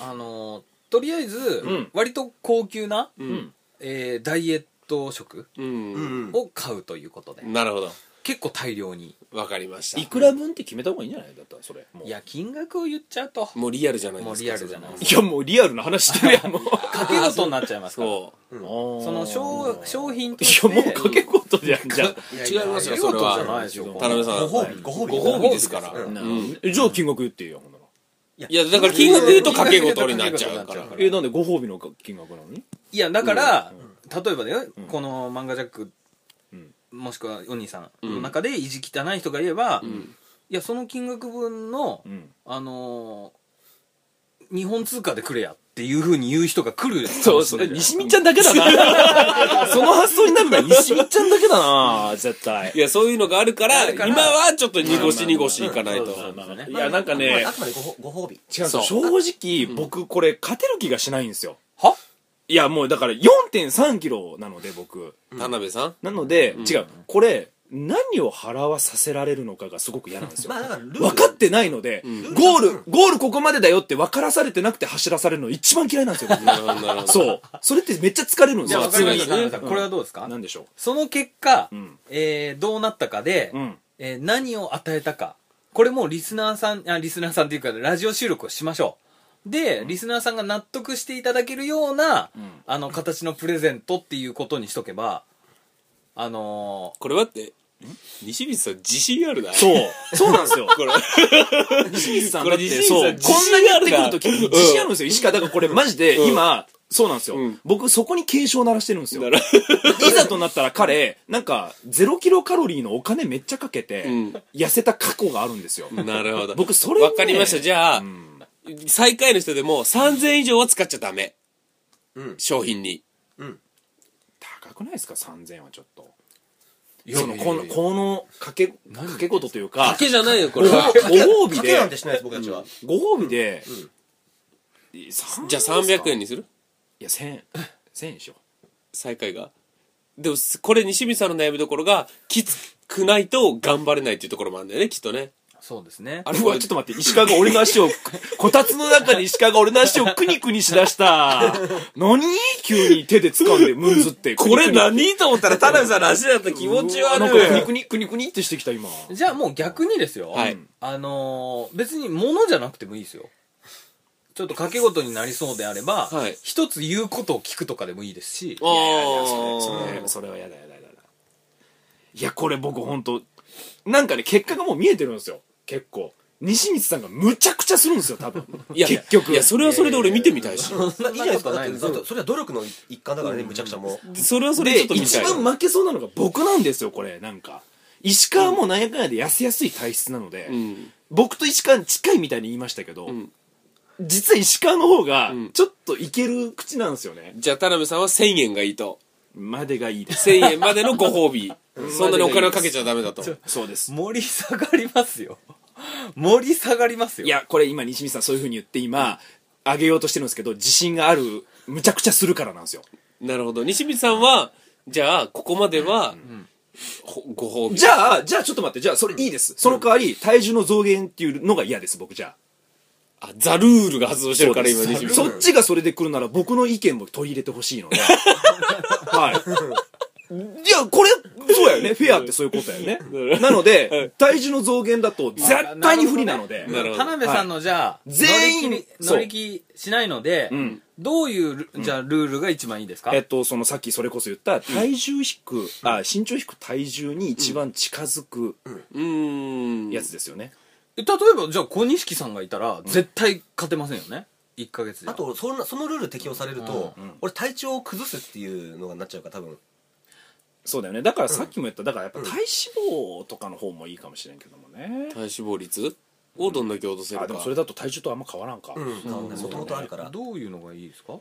Speaker 2: あのーとりあえず、
Speaker 3: うん
Speaker 2: 割と高級な、
Speaker 3: うん。
Speaker 2: えーダイエット食
Speaker 1: うん。
Speaker 4: うん
Speaker 2: を買うということで、
Speaker 1: なるほど。
Speaker 2: 結構大量に
Speaker 1: わかりまし
Speaker 3: い
Speaker 1: た。
Speaker 3: くら分って決めた方がいいんじゃないだったら、それ。もう
Speaker 2: いや金額を言っちゃうと
Speaker 1: もうリアルじゃない
Speaker 2: も
Speaker 1: ですか。
Speaker 2: うリアルじゃない
Speaker 3: いや、もうリアルな話してるやん、もう。
Speaker 2: 掛け事になっちゃいますから
Speaker 1: そ
Speaker 3: *laughs*
Speaker 2: その商商品として
Speaker 3: いやもうかけ事じゃんじゃ
Speaker 1: う。違います
Speaker 2: い
Speaker 1: よ、
Speaker 2: やいや
Speaker 1: それ
Speaker 2: い
Speaker 1: は。
Speaker 2: やいやじゃないですよ
Speaker 1: 田辺さん。
Speaker 4: ご褒美ご褒美
Speaker 1: ご褒美ですから
Speaker 4: ご褒美です
Speaker 3: あ、うん、じゃあ金額言っていいよほんなら
Speaker 1: いや、だから金額言うと掛け事になっちゃうから。
Speaker 3: えなんでご褒美の金額なのに
Speaker 2: いやだから、例えばね、この漫画ジャック、
Speaker 3: ん
Speaker 2: もしくはお兄さんの中で意地汚い人がいれば、いやその金額分の、
Speaker 3: ん
Speaker 2: あのー日本通貨でくれやっていうふうに言う人が来る
Speaker 3: そうそれ西見ちゃんだけだなその発想になるのは西見ちゃんだけだな絶対
Speaker 1: いや、そういうのがあるから、
Speaker 2: るか
Speaker 1: 今
Speaker 2: ら
Speaker 1: はちょっと煮干し煮干しいかないと。
Speaker 3: いやなんか
Speaker 4: これ
Speaker 3: ね
Speaker 4: あくまでごご褒美
Speaker 3: 違うんです
Speaker 1: そ
Speaker 3: よ
Speaker 1: う
Speaker 3: 正直僕これ勝てる気がしないんですよ
Speaker 2: はい
Speaker 3: やもうだから4.3キロなので僕
Speaker 1: 田辺さん
Speaker 3: なので違うこれ何を払わさせられるのかがすごく嫌なんですよ
Speaker 4: まあだからルール
Speaker 3: 分かってないので、ゴール、ゴールここまでだよって分からされてなくて走らされるの一番嫌いなんですよ、僕
Speaker 1: なるほど、なるほど。
Speaker 3: そう。それってめっちゃ疲れるんです
Speaker 2: じゃ
Speaker 3: よ。
Speaker 2: あ分かりました田
Speaker 3: 普通に
Speaker 2: 辺さんこれはどうですか、
Speaker 3: なんでしょ
Speaker 2: その結果、
Speaker 3: ん
Speaker 2: えーどうなったかで、
Speaker 3: う。うん。
Speaker 2: えー何を与えたかこれもリスナーさんあリスナーさんっていうかラジオ収録をしましょうで、リスナーさんが納得していただけるような、あの形のプレゼントっていうことにしとけばあの
Speaker 1: これはって、西光さん自信あるな。
Speaker 3: そう。そうなんですよ。
Speaker 1: これ。
Speaker 3: 西水さん
Speaker 1: こ
Speaker 3: だ
Speaker 1: れ
Speaker 3: って、
Speaker 1: 西水さん
Speaker 3: そう。こ
Speaker 1: 自信
Speaker 3: んなにやってく
Speaker 1: ある
Speaker 3: る
Speaker 1: な
Speaker 3: ときに自信あるんですよ。石川。だからこれマジで、今、そうなんですよ
Speaker 1: ん。
Speaker 3: 僕そこに警鐘を鳴らしてるんですよ。いざとなったら彼、なんか、0キロカロリーのお金めっちゃかけて
Speaker 1: ん、
Speaker 3: 痩せた過去があるんですよ。
Speaker 1: なるほど。
Speaker 3: 僕それね
Speaker 1: わかりました。じゃあ、最下位の人でも3000以上は使っちゃダメ。
Speaker 4: うん
Speaker 1: 商品に。
Speaker 3: 高くないですか ?3000 はちょっと。
Speaker 2: ー
Speaker 3: その、この、この、かけ、かけ事というか、
Speaker 1: けじゃないよ、こ
Speaker 3: ごご褒美
Speaker 4: かけなんて、
Speaker 3: で
Speaker 4: しないです僕たちは
Speaker 3: ご褒美で、3
Speaker 1: じゃあ300円にする
Speaker 3: いや、1000、1000円でしょ。
Speaker 1: 最下位が。でも、すこれ西光さんの悩みどころが、きつくないと頑張れないっていうところもあるんだよね、きっとね。
Speaker 2: そうですね
Speaker 1: あ
Speaker 3: うわ、ちょっと待って、石川が俺の足を、こたつの中に石川が俺の足をくにくにしだ *laughs* した。何急に手で掴んで、ムンズ *laughs* って。
Speaker 1: これ
Speaker 3: な
Speaker 1: 何と思ったら、田辺さんの足だったら気持ち悪
Speaker 3: なんかく
Speaker 1: い
Speaker 3: に。くに、くにくにってしてきた、今。
Speaker 2: じゃあもう逆にですよ、
Speaker 1: はい
Speaker 2: あのー別に物じゃなくてもいいですよちょっと掛け事になりそうであれば、
Speaker 1: はい
Speaker 2: 一つ言うことを聞くとかでもいいですし
Speaker 1: あ
Speaker 3: それ
Speaker 1: ー
Speaker 3: それはやだやだやだいやこれ僕本当なんかね結果がもう見えてるんですよ結構西光さんがむちゃくちゃするんですよ多分
Speaker 1: いや、
Speaker 3: 結局
Speaker 1: いや、それはそれで俺見てみたいし。
Speaker 4: まあいいじゃないですかだっ
Speaker 2: で
Speaker 4: て
Speaker 2: す
Speaker 4: だってそれは努力の一環だからねむちゃくちゃもう
Speaker 1: それはそれでちょ
Speaker 3: で
Speaker 1: っと見
Speaker 3: 一
Speaker 1: たい。
Speaker 3: 番負けそうなのが僕なんですよこれなんか石川もなんやかんやで痩せやすい体質なので、
Speaker 1: ん
Speaker 3: 僕と石川近いみたいに言いましたけど、
Speaker 1: ん
Speaker 3: 実は石川の方が
Speaker 1: ん
Speaker 3: ちょっといける口なんですよね、
Speaker 1: じゃあ、田辺さんは1000円がいいと。
Speaker 3: までがいいです
Speaker 1: 1000円までのご褒美。そんなにお金をかけちゃダメだと。
Speaker 3: そうです
Speaker 2: 盛り下がりますよ *laughs* 盛り下がりますよ
Speaker 3: いやこれ今西見さんそういうふうに言って今、上げようとしてるんですけど自信があるむちゃくちゃするからなんですよ
Speaker 1: なるほど。西光さんは、じゃあ、ここまでは、ほご褒美。
Speaker 3: じゃあじゃあちょっと待ってじゃあそれいいです、その代わり体重の増減っていうのが嫌です僕じゃあ
Speaker 1: あ、ザルールが発動してるから、今、西光さ
Speaker 3: そ
Speaker 1: ん。
Speaker 3: っちがそれで来る
Speaker 1: *laughs*
Speaker 3: なら僕の意見も取り入れてほしいのではいいやこれそうやよね。フェアってそういうことやよね。なので、体重の増減だと絶対に不利なので。
Speaker 1: るほど
Speaker 2: 田辺さんのじゃあ、
Speaker 3: 全
Speaker 2: 乗
Speaker 3: 員
Speaker 2: り切り
Speaker 3: そう
Speaker 2: 乗り気しないので、
Speaker 3: ん
Speaker 2: どういうルじゃあルールが一番いいですか、
Speaker 3: えっと、そのさっきそれこそ言った、体重引く、あ、身長引く体重に一番近づく
Speaker 1: うん
Speaker 3: やつですよね。
Speaker 2: 例えばじゃあ小錦さんがいたら絶対勝てませんよね、一1ヶ月じゃ
Speaker 4: あとそんなそのルール適用されると、俺体調を崩すっていうのがなっちゃうから多分
Speaker 3: そうだよね。だからさっきも言った、だからやっぱ体脂肪とかの方もいいかもしれんけどもね。
Speaker 1: 体脂肪率をどんだけ落とせる
Speaker 3: あ、
Speaker 1: か
Speaker 3: でもそれだと体重とあんま変わらんか。
Speaker 4: もともとあるから
Speaker 2: どういうのがいいですか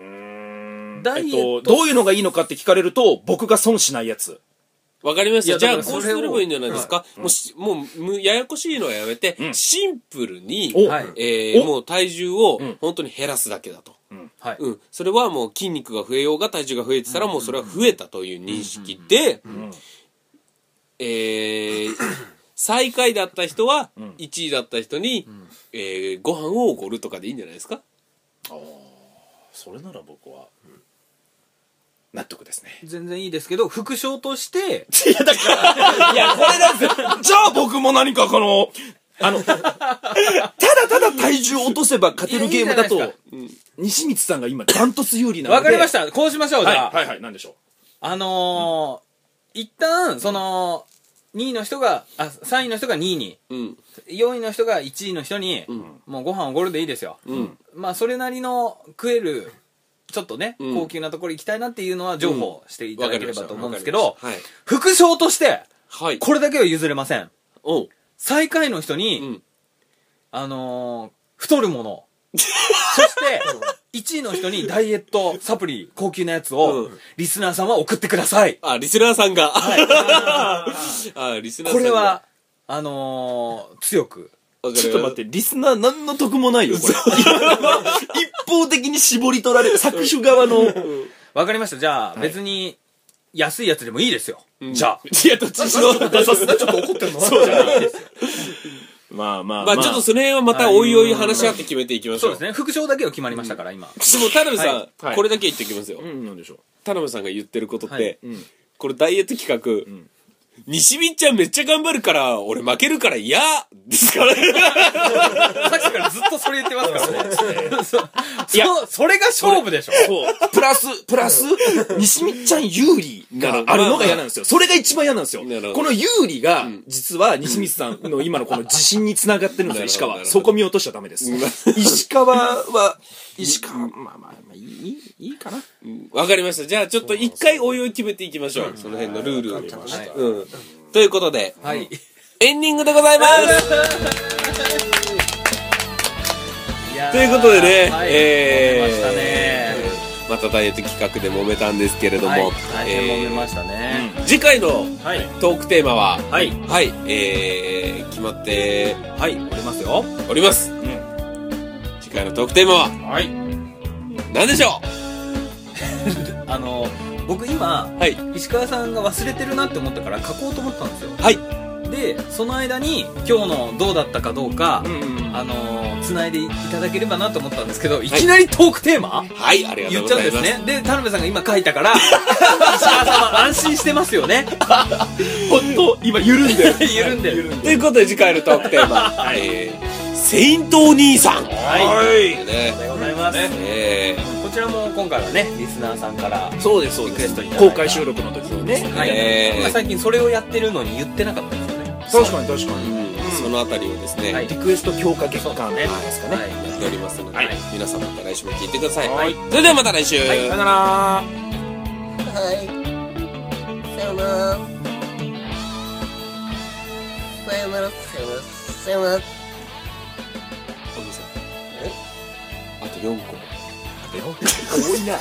Speaker 2: ダ
Speaker 3: え
Speaker 2: イ
Speaker 3: っ
Speaker 2: エ
Speaker 3: と、
Speaker 2: ット、
Speaker 3: どういうのがいいのかって聞かれると、僕が損しないやつ。
Speaker 1: わかりまし
Speaker 2: い
Speaker 1: た
Speaker 2: や
Speaker 1: じゃあ
Speaker 2: だから
Speaker 1: こうす
Speaker 2: それを
Speaker 1: ればいいんじゃないですか、もうしもうむややこしいのはやめて、
Speaker 3: ん
Speaker 1: シンプルに
Speaker 3: お、
Speaker 2: はい
Speaker 1: えー
Speaker 3: お
Speaker 1: もう体重を
Speaker 3: ん
Speaker 1: 本当に減らすだけだと、
Speaker 2: はい
Speaker 1: うん、それはもう筋肉が増えようが体重が増えてたらもうそれは増えたという認識で、えー、最下位だった人は1位だった人に、えーご飯をおごるとかでいいんじゃないですか
Speaker 3: それなら僕は、納得ですね。
Speaker 2: 全然いいですけど副賞として
Speaker 3: *laughs* いや、これなんですよ。じゃあ僕も何かこの、あの、た *laughs* だただ体重を落とせば勝てるゲームだ
Speaker 2: いやいい
Speaker 3: と、うん西光さんが今ダントツ有利なので。。
Speaker 2: わかりましたたこうしましょうじ
Speaker 3: はい、
Speaker 2: ゃあ、
Speaker 3: はい、はい、なんでしょ
Speaker 2: あのー一旦その、2位の人があ3位の人が2位に
Speaker 1: うん
Speaker 2: 4位の人が1位の人に、もうご飯おごるでいいですよ、
Speaker 1: うん
Speaker 2: まあそれなりの食えるちょっとね、
Speaker 1: うん
Speaker 2: 高級なところ行きたいなっていうのは譲歩していただければと思うんですけ
Speaker 1: わ
Speaker 2: ど、
Speaker 1: かりまし
Speaker 2: 副賞として
Speaker 1: たはいはい
Speaker 2: これだけは譲れません
Speaker 1: おう
Speaker 2: 最下位の人に、
Speaker 1: うん
Speaker 2: あのー太るも
Speaker 1: *laughs*
Speaker 2: のそして1位の人にダイエットサプリ高級なやつを、
Speaker 1: うん
Speaker 2: リスナーさんは送ってくださ
Speaker 1: *laughs*
Speaker 2: い
Speaker 1: あリスナーさんが、 *laughs* あリスナー
Speaker 2: こ
Speaker 1: さんが
Speaker 2: れはあのー強く
Speaker 1: わ
Speaker 3: う。
Speaker 1: かりました
Speaker 3: ちょっと待って、リスナー何の得もないよ、これ。 *laughs* 一方的に絞り取られる、作手側の。い
Speaker 2: わかりましたじゃあ、別に安いやつでもいいですよ、じゃあ
Speaker 3: や、どっちにしろ、出さすちょっと怒ってるのそうじゃないですよ。まあまあ
Speaker 1: まあちょっとその辺はまたおいおい話し合って決めていきまし
Speaker 2: そ
Speaker 1: ょ
Speaker 2: う
Speaker 1: う。
Speaker 2: ですね副賞だけは決まりましたから、今
Speaker 1: でも田辺さん、
Speaker 3: いはい
Speaker 1: これだけ言っておきますよ。
Speaker 3: うん、なんでしょう。
Speaker 1: 田辺さんが言ってることって、
Speaker 2: はい
Speaker 3: ん
Speaker 1: これダイエット企画、西見ちゃんめっちゃ頑張るから、俺負けるから嫌ですからね。
Speaker 2: さっきからずっとそれ言ってます *laughs* からねそうそそれが勝負でしょ
Speaker 3: そう。プラス、プラス、西見ちゃん有利があるのが嫌なんですよ。それが一番嫌なんですよ。
Speaker 1: なるほど
Speaker 3: この有利が、実は西光さんの今のこの自信につながってるんですよ、石
Speaker 1: なる
Speaker 3: 川。
Speaker 1: ほど
Speaker 3: そこ見落としちゃダメです。石川は、石川、まあまあ、まあ、いい、いいかな。
Speaker 1: *laughs* わかりました。じゃあちょっと一回おいおい決めていきましょう。その辺のルールを。
Speaker 2: はい
Speaker 1: うん。ということで、
Speaker 2: はい
Speaker 1: エンディングでございます
Speaker 2: やー
Speaker 1: ということでね、
Speaker 2: はい
Speaker 1: えー
Speaker 2: 揉めましたね
Speaker 1: またダイエット企画で揉めたんですけれども、
Speaker 2: はい大
Speaker 1: え
Speaker 2: 変
Speaker 1: ー
Speaker 2: 揉めましたね
Speaker 1: 次回の
Speaker 2: はい
Speaker 1: トークテーマは、
Speaker 2: はい
Speaker 1: はい、えー、決まって
Speaker 2: はいおりますよ
Speaker 1: おります、次回のトークテーマは
Speaker 2: はい
Speaker 1: 何でしょ
Speaker 2: あの僕今
Speaker 1: うはい
Speaker 2: 石川さんが忘れてるなって思ったから書こうと思ったんですよ
Speaker 1: はい
Speaker 2: でその間に今日のどうだったかどうか、あのつないでいただければなと思ったんですけどいきなりトークテーマ、
Speaker 1: はいありがと
Speaker 2: 言っ
Speaker 1: うご
Speaker 2: ちゃうん
Speaker 1: ざ
Speaker 2: です
Speaker 1: います
Speaker 2: ねで田辺さんが今書いたから石川さんは安心してますよね
Speaker 3: 本当今、緩んでる。
Speaker 2: *laughs* 緩んでる
Speaker 1: ということで次回のトークテーマ、えー、セイントお兄さん
Speaker 2: はい
Speaker 1: ね
Speaker 2: でございます、
Speaker 1: えー
Speaker 2: こちらも今回はねリスナーさんから
Speaker 3: そうです、そう
Speaker 2: リ
Speaker 3: で
Speaker 2: クエス
Speaker 3: す
Speaker 2: トいただいた
Speaker 3: 公開収録の時にね。
Speaker 2: はい、
Speaker 1: えー
Speaker 2: まあ最近それをやってるのに言ってなかったんですよね
Speaker 3: 確かに確か
Speaker 1: う
Speaker 3: に。
Speaker 1: ん、そのあたりをですね、
Speaker 2: はい
Speaker 3: リクエスト強化月間
Speaker 2: ね
Speaker 3: ですかね。
Speaker 2: はい
Speaker 1: やっておりますので、
Speaker 2: はい
Speaker 1: 皆さんまた来週も聞いてください、
Speaker 3: はい
Speaker 1: それではまた来週、
Speaker 3: さよなら
Speaker 9: さよならさよならさよならさよなら
Speaker 1: お兄さんあと4個
Speaker 3: 多いな。